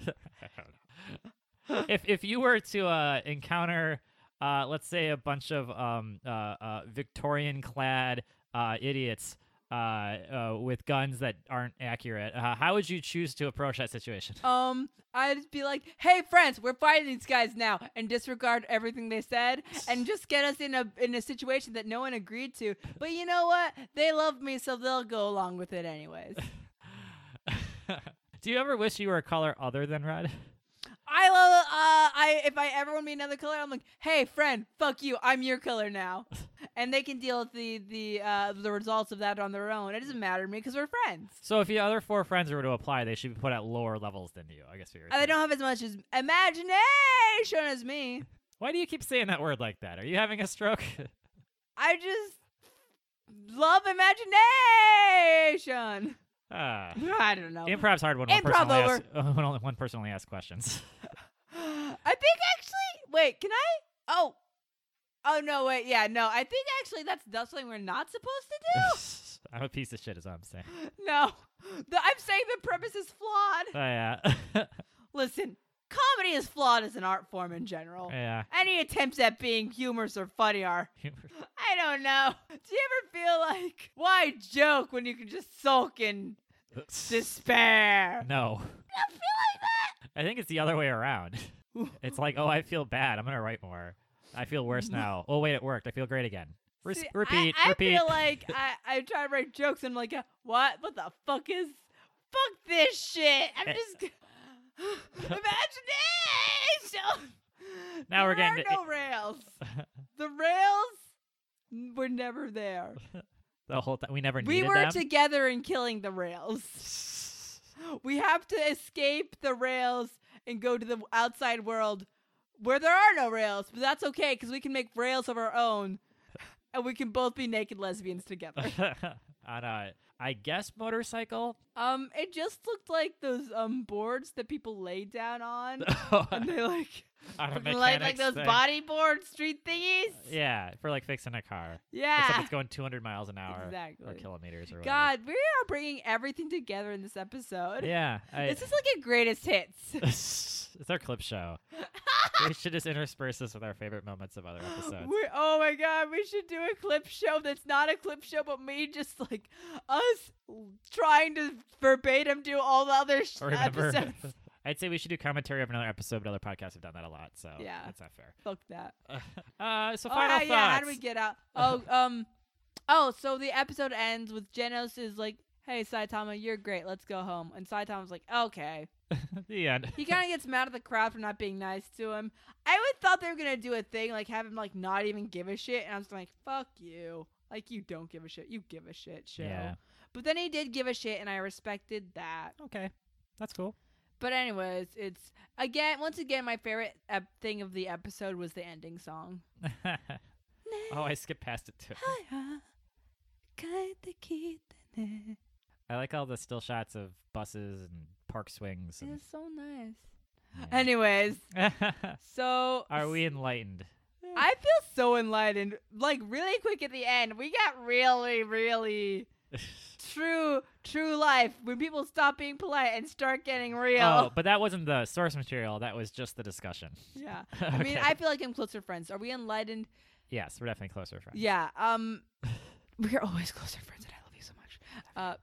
if if you were to uh, encounter, uh, let's say, a bunch of um, uh, uh, Victorian clad uh, idiots uh, uh, with guns that aren't accurate, uh, how would you choose to approach that situation?
um, I'd be like, "Hey, friends, we're fighting these guys now," and disregard everything they said, and just get us in a in a situation that no one agreed to. But you know what? They love me, so they'll go along with it anyways.
Do you ever wish you were a color other than red?
I love. Uh, I if I ever want to be another color, I'm like, "Hey, friend, fuck you. I'm your color now," and they can deal with the the uh, the results of that on their own. It doesn't matter to me because we're friends.
So if the other four friends were to apply, they should be put at lower levels than you. I guess we were.
I don't have as much as imagination as me.
Why do you keep saying that word like that? Are you having a stroke?
I just love imagination.
ah.
I don't know.
Improv's hard when one,
Improv
person only asks, when only one person only asks questions.
I think actually, wait, can I? Oh, oh no, wait, yeah, no. I think actually that's that's something we're not supposed to
I'm a piece of shit, is what I'm saying.
do. No, the, I'm saying the premise is flawed.
Oh, yeah.
Listen, comedy is flawed as an art form in general.
yeah.
Any attempts at being humorous or funny are I don't know. Do you ever feel like why joke when you can just sulk in despair?
no. I think it's the other way around. It's like, oh, I feel bad. I'm going to write more. I feel worse now. Oh, wait, it worked. I feel great again. Re-
See, I-
repeat,
I,
repeat.
feel like I, I try to write jokes and I'm like, uh, what? What the fuck is? Fuck this shit. I'm
Eh.
just g- imagination.
Now we're
There
getting to-
are no rails. The rails n- were never there.
the whole time. We never
We
needed
were
them.
together in killing the rails. We have to escape the rails and go to the outside world where there are no rails. But that's okay because we can make rails of our own, and we can both be naked lesbians together.
On a, I guess, motorcycle.
Um, it just looked like those um boards that people lay down on, and
On
they like
a
looking like like
mechanic's
those
thing.
bodyboard street thingies.
Yeah, for like fixing a car. Except
yeah,
it's going 200 miles an hour or
exactly.
kilometers or whatever.
God, we are bringing everything together in this episode.
Yeah. I,
This is like a greatest hits.
it's our clip show. we should just intersperse this with our favorite moments of other episodes.
We, oh my god, we should do a clip show that's not a clip show, but me just like us trying to verbatim do all the other sh-
Or Remember,
episodes.
I'd say we should do commentary of another episode, but other podcasts have done that a lot, so
Yeah.
that's not fair.
Fuck that.
Uh, so
Oh,
final
how-
thoughts.
yeah, how do we get out? Oh, um, oh, so the episode ends with Genos is like, "Hey, Saitama, you're great. Let's go home." And Saitama's like, "Okay."
the end.
He kind of gets mad at the crowd for not being nice to him. I would thought they were gonna do a thing like have him like not even give a shit, and I was like, "Fuck you." Like you don't give a shit. You give a shit, show.
Yeah.
But then he did give a shit, and I respected that.
Okay, that's cool.
But anyways, it's again, once again, my favorite ep- thing of the episode was the ending song.
oh, I skipped past it too. I like all the still shots of buses and park swings. And,
It's so nice.
yeah.
Anyways, so
Are we enlightened?
I feel so enlightened. Like really quick at the end, we got really, really true, true life. When people stop being polite and start getting real.
Oh, but that wasn't the source material. That was just the discussion.
Yeah. I mean,
Okay.
I feel like I'm closer friends. Are we enlightened?
Yes, we're definitely closer friends.
Yeah. Um, we're always closer friends, and I love you so much. Uh,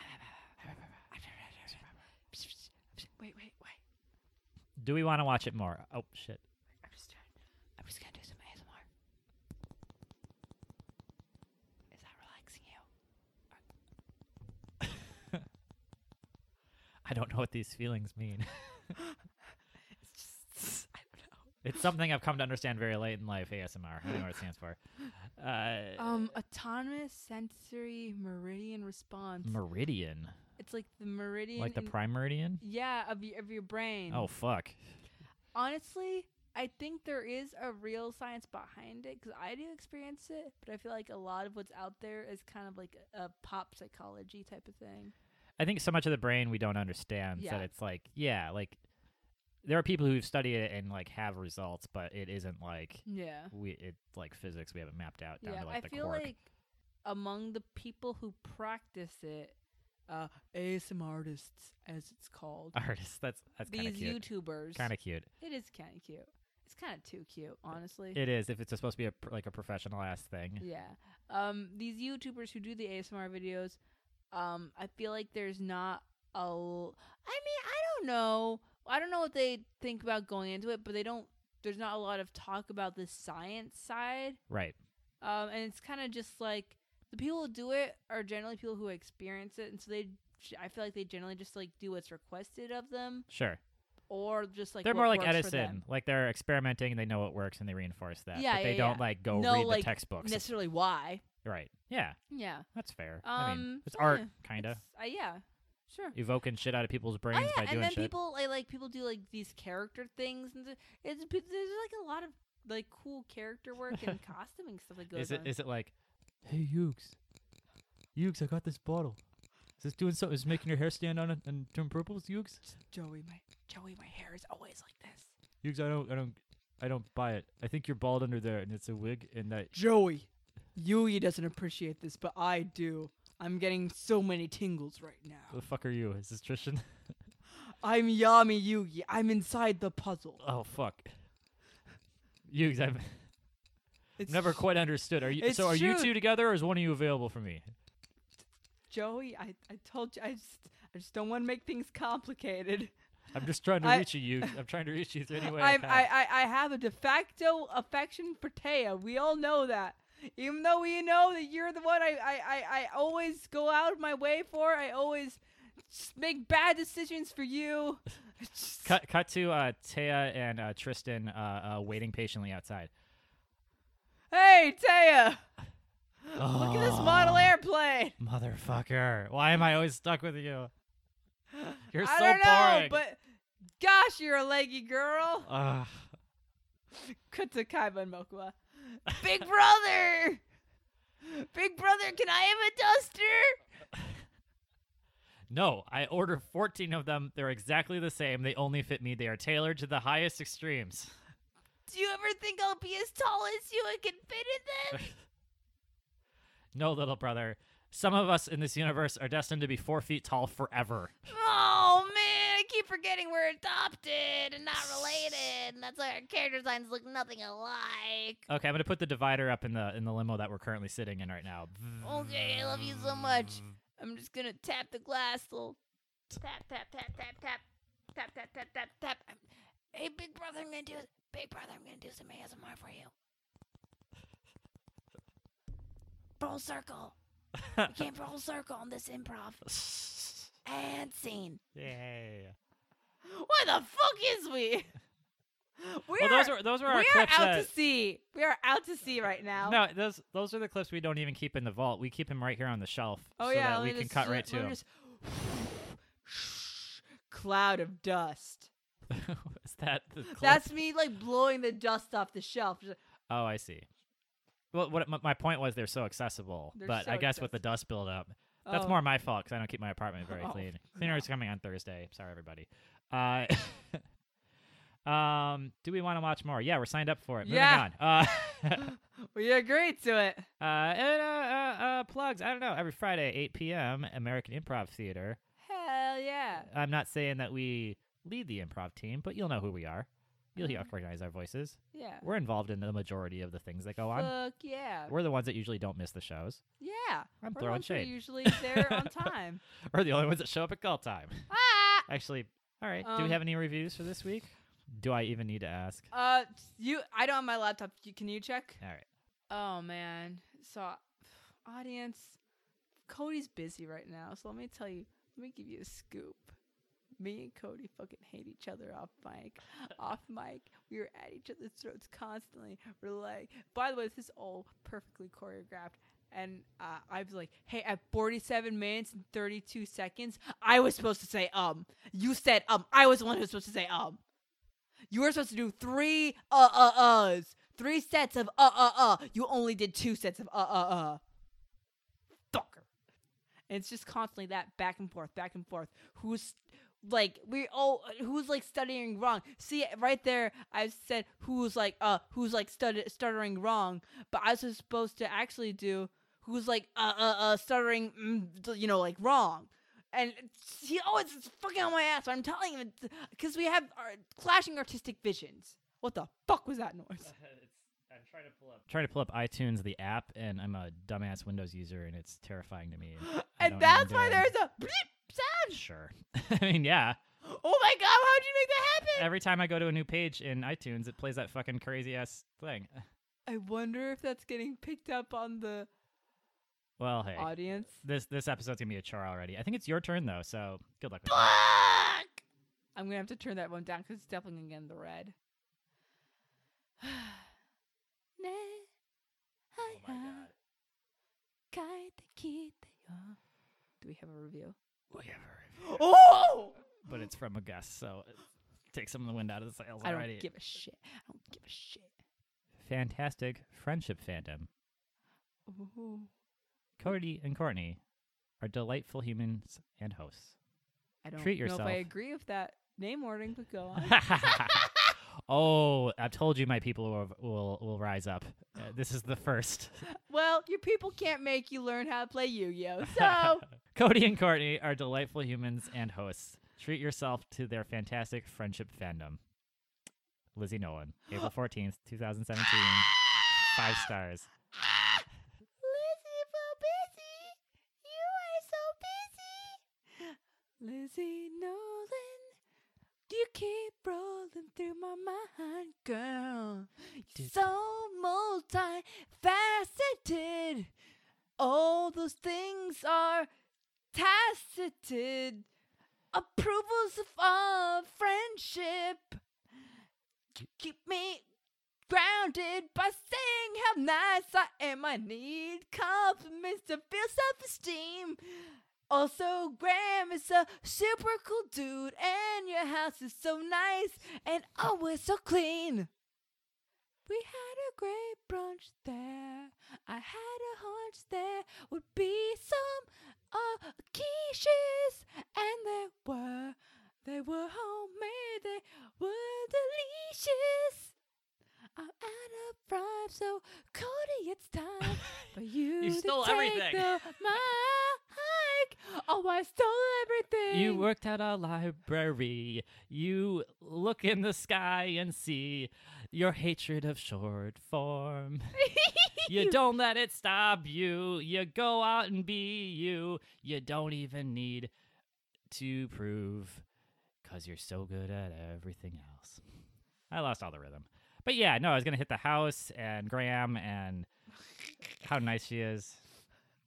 wait, wait, wait.
Do we want to watch it more? Oh shit.
I'm just trying. I'm just gonna do some ASMR. Is that relaxing you?
I don't know what these feelings mean.
It's just I don't know.
it's something I've come to understand very late in life. ASMR. I don't know what it stands for. Uh,
Um, autonomous sensory meridian response.
meridian,
it's like the meridian.
like the
in-
prime meridian.
yeah of your of your brain.
Oh fuck.
honestly, I think there is a real science behind it because I do experience it, but I feel like a lot of what's out there is kind of like a, a pop psychology type of thing.
I think so much of the brain we don't understand
Yeah.
that it's like yeah, like there are people who've studied it and like have results, but it isn't like
Yeah,
we it like physics we haven't mapped out down
yeah.
to like
I
the
feel
quark.
like among the people who practice it, uh, ASM artists, as it's called,
artists. That's that's kind of
these
cute.
YouTubers,
Kind of cute.
it is kind of cute. It's kind of too cute, honestly.
It is if it's supposed to be a, pr- like a professional ass thing.
Yeah. Um, these YouTubers who do the ASMR videos, um, I feel like there's not a. L- I mean, I don't know. I don't know what they think about going into it, but they don't. There's not a lot of talk about the science side,
Right.
um, and it's kind of just like the people who do it are generally people who experience it, and so they. I feel like they generally just like do what's requested of them,
Sure.
or just like
they're
what
more like
works for them.
Edison. Like they're experimenting and they know what works and they reinforce that.
Yeah,
But they
yeah,
don't
yeah.
like go
No,
read
like,
the textbooks.
Necessarily why?
right. Yeah.
Yeah.
That's fair. I mean,
Um,
it's
so
art,
yeah,
kind of.
It's- Uh, yeah. Sure.
Evoking shit out of people's brains
oh, yeah,
by doing
and then
shit.
people like, like people do like these character things and th- it's pe- there's like a lot of like cool character work and costuming stuff that goes
is it
on.
is it like, hey Yugs, Yugs, I got this bottle. Is this doing something? Is making your hair stand on and turn purple, Yugs?
Joey, my Joey, my hair is always like this.
Yugs, I don't, I don't, I don't buy it. I think you're bald under there, and it's a wig, and that
Joey, Yui doesn't appreciate this, but I do. I'm getting so many tingles right now.
the fuck are you? Is this Tristan?
I'm Yami Yugi. I'm inside the puzzle.
oh fuck. Yugs, I've
It's
never quite understood. Are you?
It's
so are you
true.
two together, or is one of you available for me?
Joey. I, I told you. I just I just don't want to make things complicated.
I'm just trying to
I-
reach you, Yugs. I'm trying to reach you through any way I
I'm,
can.
I, I, I have a de facto affection for Taya. We all know that. Even though we know that you're the one I, I, I, I always go out of my way for, I always s- make bad decisions for you. Just-
Cut, cut to uh, Taya and uh, Tristan uh, uh, waiting patiently outside.
Hey, Taya! Look at this model
Ah.
airplane!
Oh, Motherfucker. Why am I always stuck with you? You're so
I don't know,
boring.
but gosh, you're a leggy girl.
Ugh.
Cut to Kaiba and Mokua. Big brother! Big brother, can I have a duster?
no, I ordered 14 of them. They're exactly the same. They only fit me. They are tailored to the highest extremes.
Do you ever think I'll be as tall as you and can fit in them?
no, little brother. Some of us in this universe are destined to be four feet tall forever.
Oh man, I keep forgetting we're adopted and not related. And that's why our character designs look nothing alike.
Okay, I'm gonna put the divider up in the in the limo that we're currently sitting in right now.
Okay, I love you so much.
I'm just gonna tap the glass. Little.
Tap tap tap tap tap tap tap tap tap tap. Um, Hey, big brother, I'm gonna do big brother. I'm gonna do some ASMR for you. Full circle. we came full circle on this improv and scene.
Yay.
Why the fuck is we? We
Well,
are,
those were those were our
we are
clips
out
that,
to sea. We are out to sea right now.
No, those those are the clips we don't even keep in the vault. We keep them right here on the shelf
oh
so
yeah,
that
let
we
me
can
just-
cut
let-
right to
let me
them.
just- Cloud of dust.
Is that the clip?
That's me like blowing the dust off the shelf. Just-
Oh, I see. Well, what my, my point was, they're so accessible,
They're
but
so
I guess with the dust buildup, that's
oh.
more my fault because I don't keep my apartment very
Oh,
clean. Cleaner is coming on Thursday. Sorry, everybody. Uh, Um, do we want to watch more? Yeah, we're signed up for it. Moving
Yeah.
on. Uh,
we agreed to it.
uh, and, uh, uh, uh, plugs. I don't know. Every Friday, 8 p.m., American Improv Theater.
Hell yeah.
I'm not saying that we lead the improv team, but you'll know who we are. You'll
Mm-hmm.
recognize our voices.
Yeah.
We're involved in the majority of the things that go on.
Fuck yeah.
We're the ones that usually don't miss the shows.
yeah.
I'm
We're the
throwing
ones who are
shade.
usually there on time.
We're the only ones that show up at call time.
ah!
Actually, all right. do
Um,
we have any reviews for this week? Do I even need to ask?
Uh, you. I don't have my laptop. You, can you check?
All right.
Oh man. So, audience, Cody's busy right now. So let me tell you. Let me give you a scoop. Me and Cody fucking hate each other off mic. off mic, we were at each other's throats constantly. We're like, by the way, this is all perfectly choreographed. And uh, I was like, hey, at 47 minutes and 32 seconds, I was supposed to say um. You said um. I was the one who was supposed to say um. You were supposed to do three uh uh uhs, three sets of uh uh uh. You only did two sets of uh uh uh. Fucker. And it's just constantly that back and forth, back and forth. Who's like we all who's like studying wrong? See right there, I said who's like uh who's like stud- stuttering wrong, but I was supposed to actually do who's like uh uh uh stuttering, mm, d- you know, like wrong. And it's- he always is fucking on my ass. I'm telling him because we have our clashing artistic visions. What the fuck was that noise?
I'm trying to pull up. Trying to pull up iTunes, the app, and I'm a dumbass Windows user, and it's terrifying to me. I
And
don't
that's
even
why
do
there's
it.
a bleep sound.
Sure. I mean, yeah.
Oh my god, how'd you make that happen?
Every time I go to a new page in iTunes, it plays that fucking crazy ass thing.
I wonder if that's getting picked up on the
Well, hey.
audience.
This this episode's gonna be a char already. I think it's your turn though, so good luck. With that.
Fuck! I'm gonna have to turn that one down because it's definitely gonna get in the red.
Ne,
Oh my god.
kaite kite yo.
Do we have a review?
We have a review,
Oh!
but it's from a guest, so it takes some of the wind out of the sails
I
already.
don't give a shit. I don't give a shit.
Fantastic friendship fandom.
Ooh.
Cody and Courtney are delightful humans and hosts.
I don't
Treat
know if I
yourself.
agree with that name ordering, but go on.
oh, I've told you my people will will, will rise up. Uh, this is the first.
well, your people can't make you learn how to play Yu-Gi-Oh, so
Cody and Courtney are delightful humans and hosts. Treat yourself to their fantastic friendship fandom. Lizzie Nolan, April 14th, 2017. Five stars.
Lizzie for busy. You are so busy.
Lizzie Nolan, you keep rolling through my mind, girl. You're
Dude.
so multifaceted. All those things are tacited. Approvals of our friendship. You keep me grounded by saying how nice I am. I need compliments to feel self esteem. Also, Graham is a super cool dude, and your house is so nice and always so clean. We had a great brunch there. I had a hunch there would be some uh, quiches, and they were, they were homemade, they were delicious. I'm out of prime, so Cody, it's time for you,
You
to
stole
take
everything.
the mic. Oh, I stole everything.
You worked at a library. You look in the sky and see your hatred of short form. you don't let it stop you. You go out and be you. You don't even need to prove because you're so good at everything else. I lost all the rhythm. But yeah, no, I was going to hit the house and Graham and how nice she is.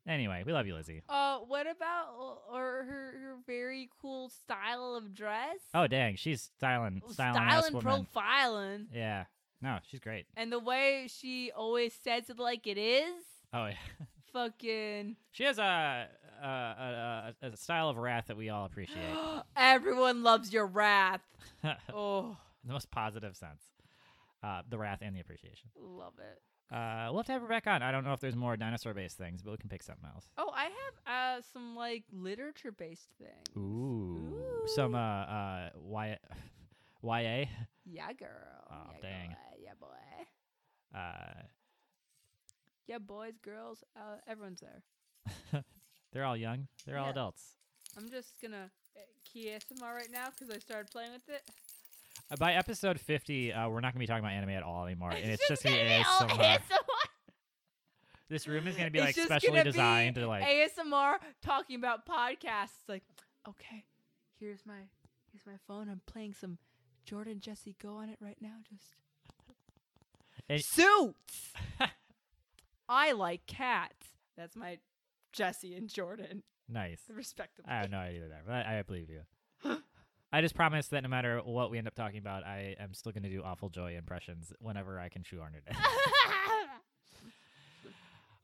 Anyway, we love you, Lizzie.
Uh, what about l- or her, her very cool style of dress?
Oh, dang. She's styling, styling, ass
styling,
woman.
profiling,
Yeah. No, she's great.
and the way she always says it like it is.
Oh, yeah.
Fucking
she has a, a, a, a- a style of wrath that we all appreciate.
everyone loves your wrath.
the
Oh,
most positive sense. Uh, the wrath and the appreciation.
love it.
Uh, we'll have to have her back on. I don't know if there's more dinosaur based things, but we can pick something else.
Oh, I have uh some like literature based thing.
Ooh. Some uh, uh, y- YA
Yeah, girl.
Aw,
yeah,
dang.
Boy. Yeah, boy.
Uh,
Yeah, boys, girls, uh, everyone's there.
they're all young. They're all
Yeah.
adults.
I'm just gonna uh, KSMR right now because I started playing with it.
Uh, by episode 50, uh, we're not going to be talking about anime at all anymore. And it's just the
gonna be all
ASMR.
ASMR.
This room is going to be
It's
like
just
specially
gonna be
designed to like.
ASMR talking about podcasts. It's Like, okay, here's my here's my phone. I'm playing some Jordan Jesse Go on it right now. Just
And-
suits. I like cats. That's my Jesse and Jordan,
nice.
respectively.
I have no idea there, but I, I believe you. I just promise that no matter what we end up talking about, I am still going to do awful joy impressions whenever I can shoehorn it in.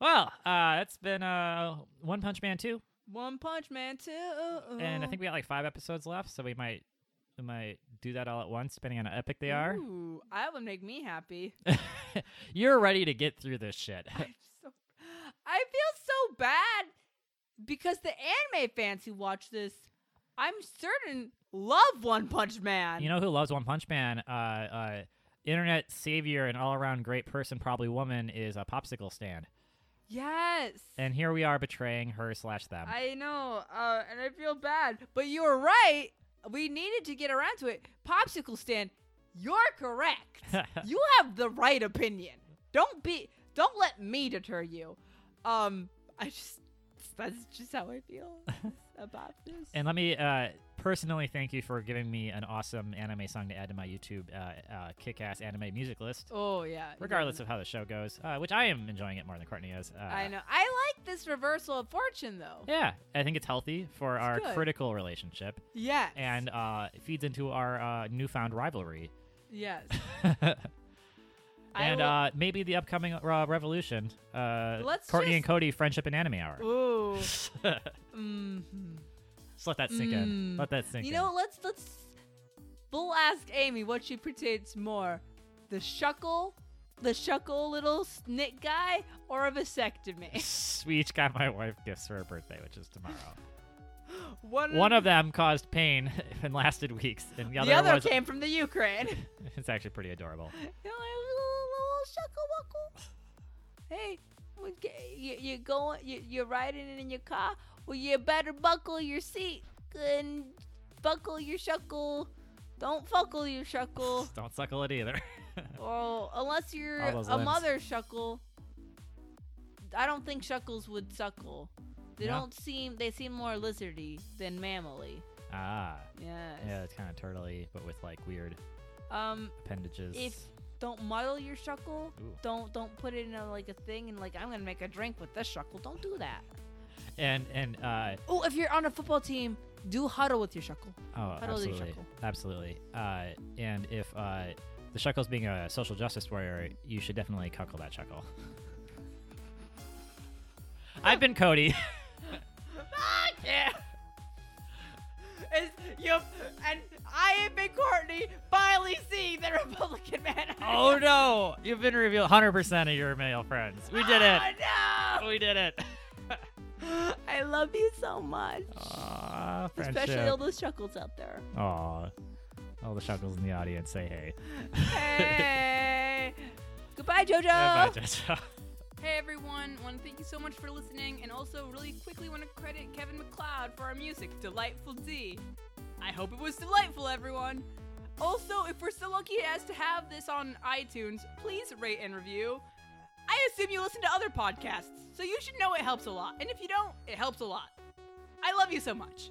well, uh, that's been uh, One Punch Man 2,
One Punch Man too.
and I think we got like five episodes left, so we might we might do that all at once, depending on how epic they are.
Ooh, that would make me happy.
You're ready to get through this shit.
I'm so, I feel so bad because the anime fans who watch this, I'm certain, love One Punch Man.
you know who loves One Punch Man? Uh, uh, internet savior and all around great person, probably woman, is a popsicle stand.
yes.
And um, here we are betraying her slash them.
I know, uh, and I feel bad. But you were right. We needed to get around to it. Popsicle stand, you're correct. you have the right opinion. Don't be. Don't let me deter you. Um, I just. That's just how I feel about this.
And let me uh, personally thank you for giving me an awesome anime song to add to my YouTube uh, uh, kick-ass anime music list.
oh yeah.
Regardless of how the show goes, uh, which I am enjoying it more than Courtney is. Uh,
I know. I like this reversal of fortune though.
Yeah, I think it's healthy for our
good.
critical relationship
Yes.
and uh, it feeds into our uh, newfound rivalry.
yes. I
and
will-
uh, maybe the upcoming uh, revolution. Uh,
Let's
Courtney and
just-
Cody friendship and anime hour.
Ooh.
just
hmm
let that sink in.
Mm.
Let that sink
You
in.
know, let's let's we'll ask Amy what she pertains more, the shuckle, the shuckle little snit guy, or a vasectomy.
we each got my wife gifts for her birthday, which is tomorrow.
One,
One of them caused pain and lasted weeks, and the
the
other,
other
was.
came from the Ukraine.
It's actually pretty adorable.
You're like, "Little- little shuckle-wuckle." Hey, we ca- you, you going? You, you're riding in your car. Well, you better buckle your seat and buckle your shuckle. Don't fuckle your shuckle,
Don't suckle it either.
or unless you're
All those
a
limbs.
mother shuckle. I don't think shuckles would suckle. They
No?
don't seem. They seem more lizardy than mammally.
ah,
Yes.
yeah, it's kind of turtley, but with like weird
Um.
appendages.
If don't muddle your shuckle.
Ooh.
Don't don't put it in a, like a thing and like I'm gonna make a drink with this shuckle. Don't do that.
And and uh,
Oh, if you're on a football team, do huddle with your shuckle.
oh,
Cuddle the
absolutely,
shuckle.
absolutely. Uh, and if uh, the shuckle's being a social justice warrior, you should definitely cuckle that shuckle. I've been Cody.
Yeah. It's, yep. And I have been Courtney finally seeing the Republican man.
oh no, you've been revealed 100% of your male friends. We did it.
Oh,
We did it.
no! I love you so much.
Aw,
Especially all
friendship.
those shuckles out there.
Aw. All the shuckles in the audience say hey.
Hey. Goodbye, JoJo.
Goodbye, Jessica.
Hey everyone, want to thank you so much for listening and also really quickly want to credit Kevin McLeod for our music, Delightful D. I hope it was delightful, everyone. Also, if we're so lucky as to have this on iTunes, please rate and review. I assume you listen to other podcasts, so you should know it helps a lot. And if you don't, it helps a lot. I love you so much.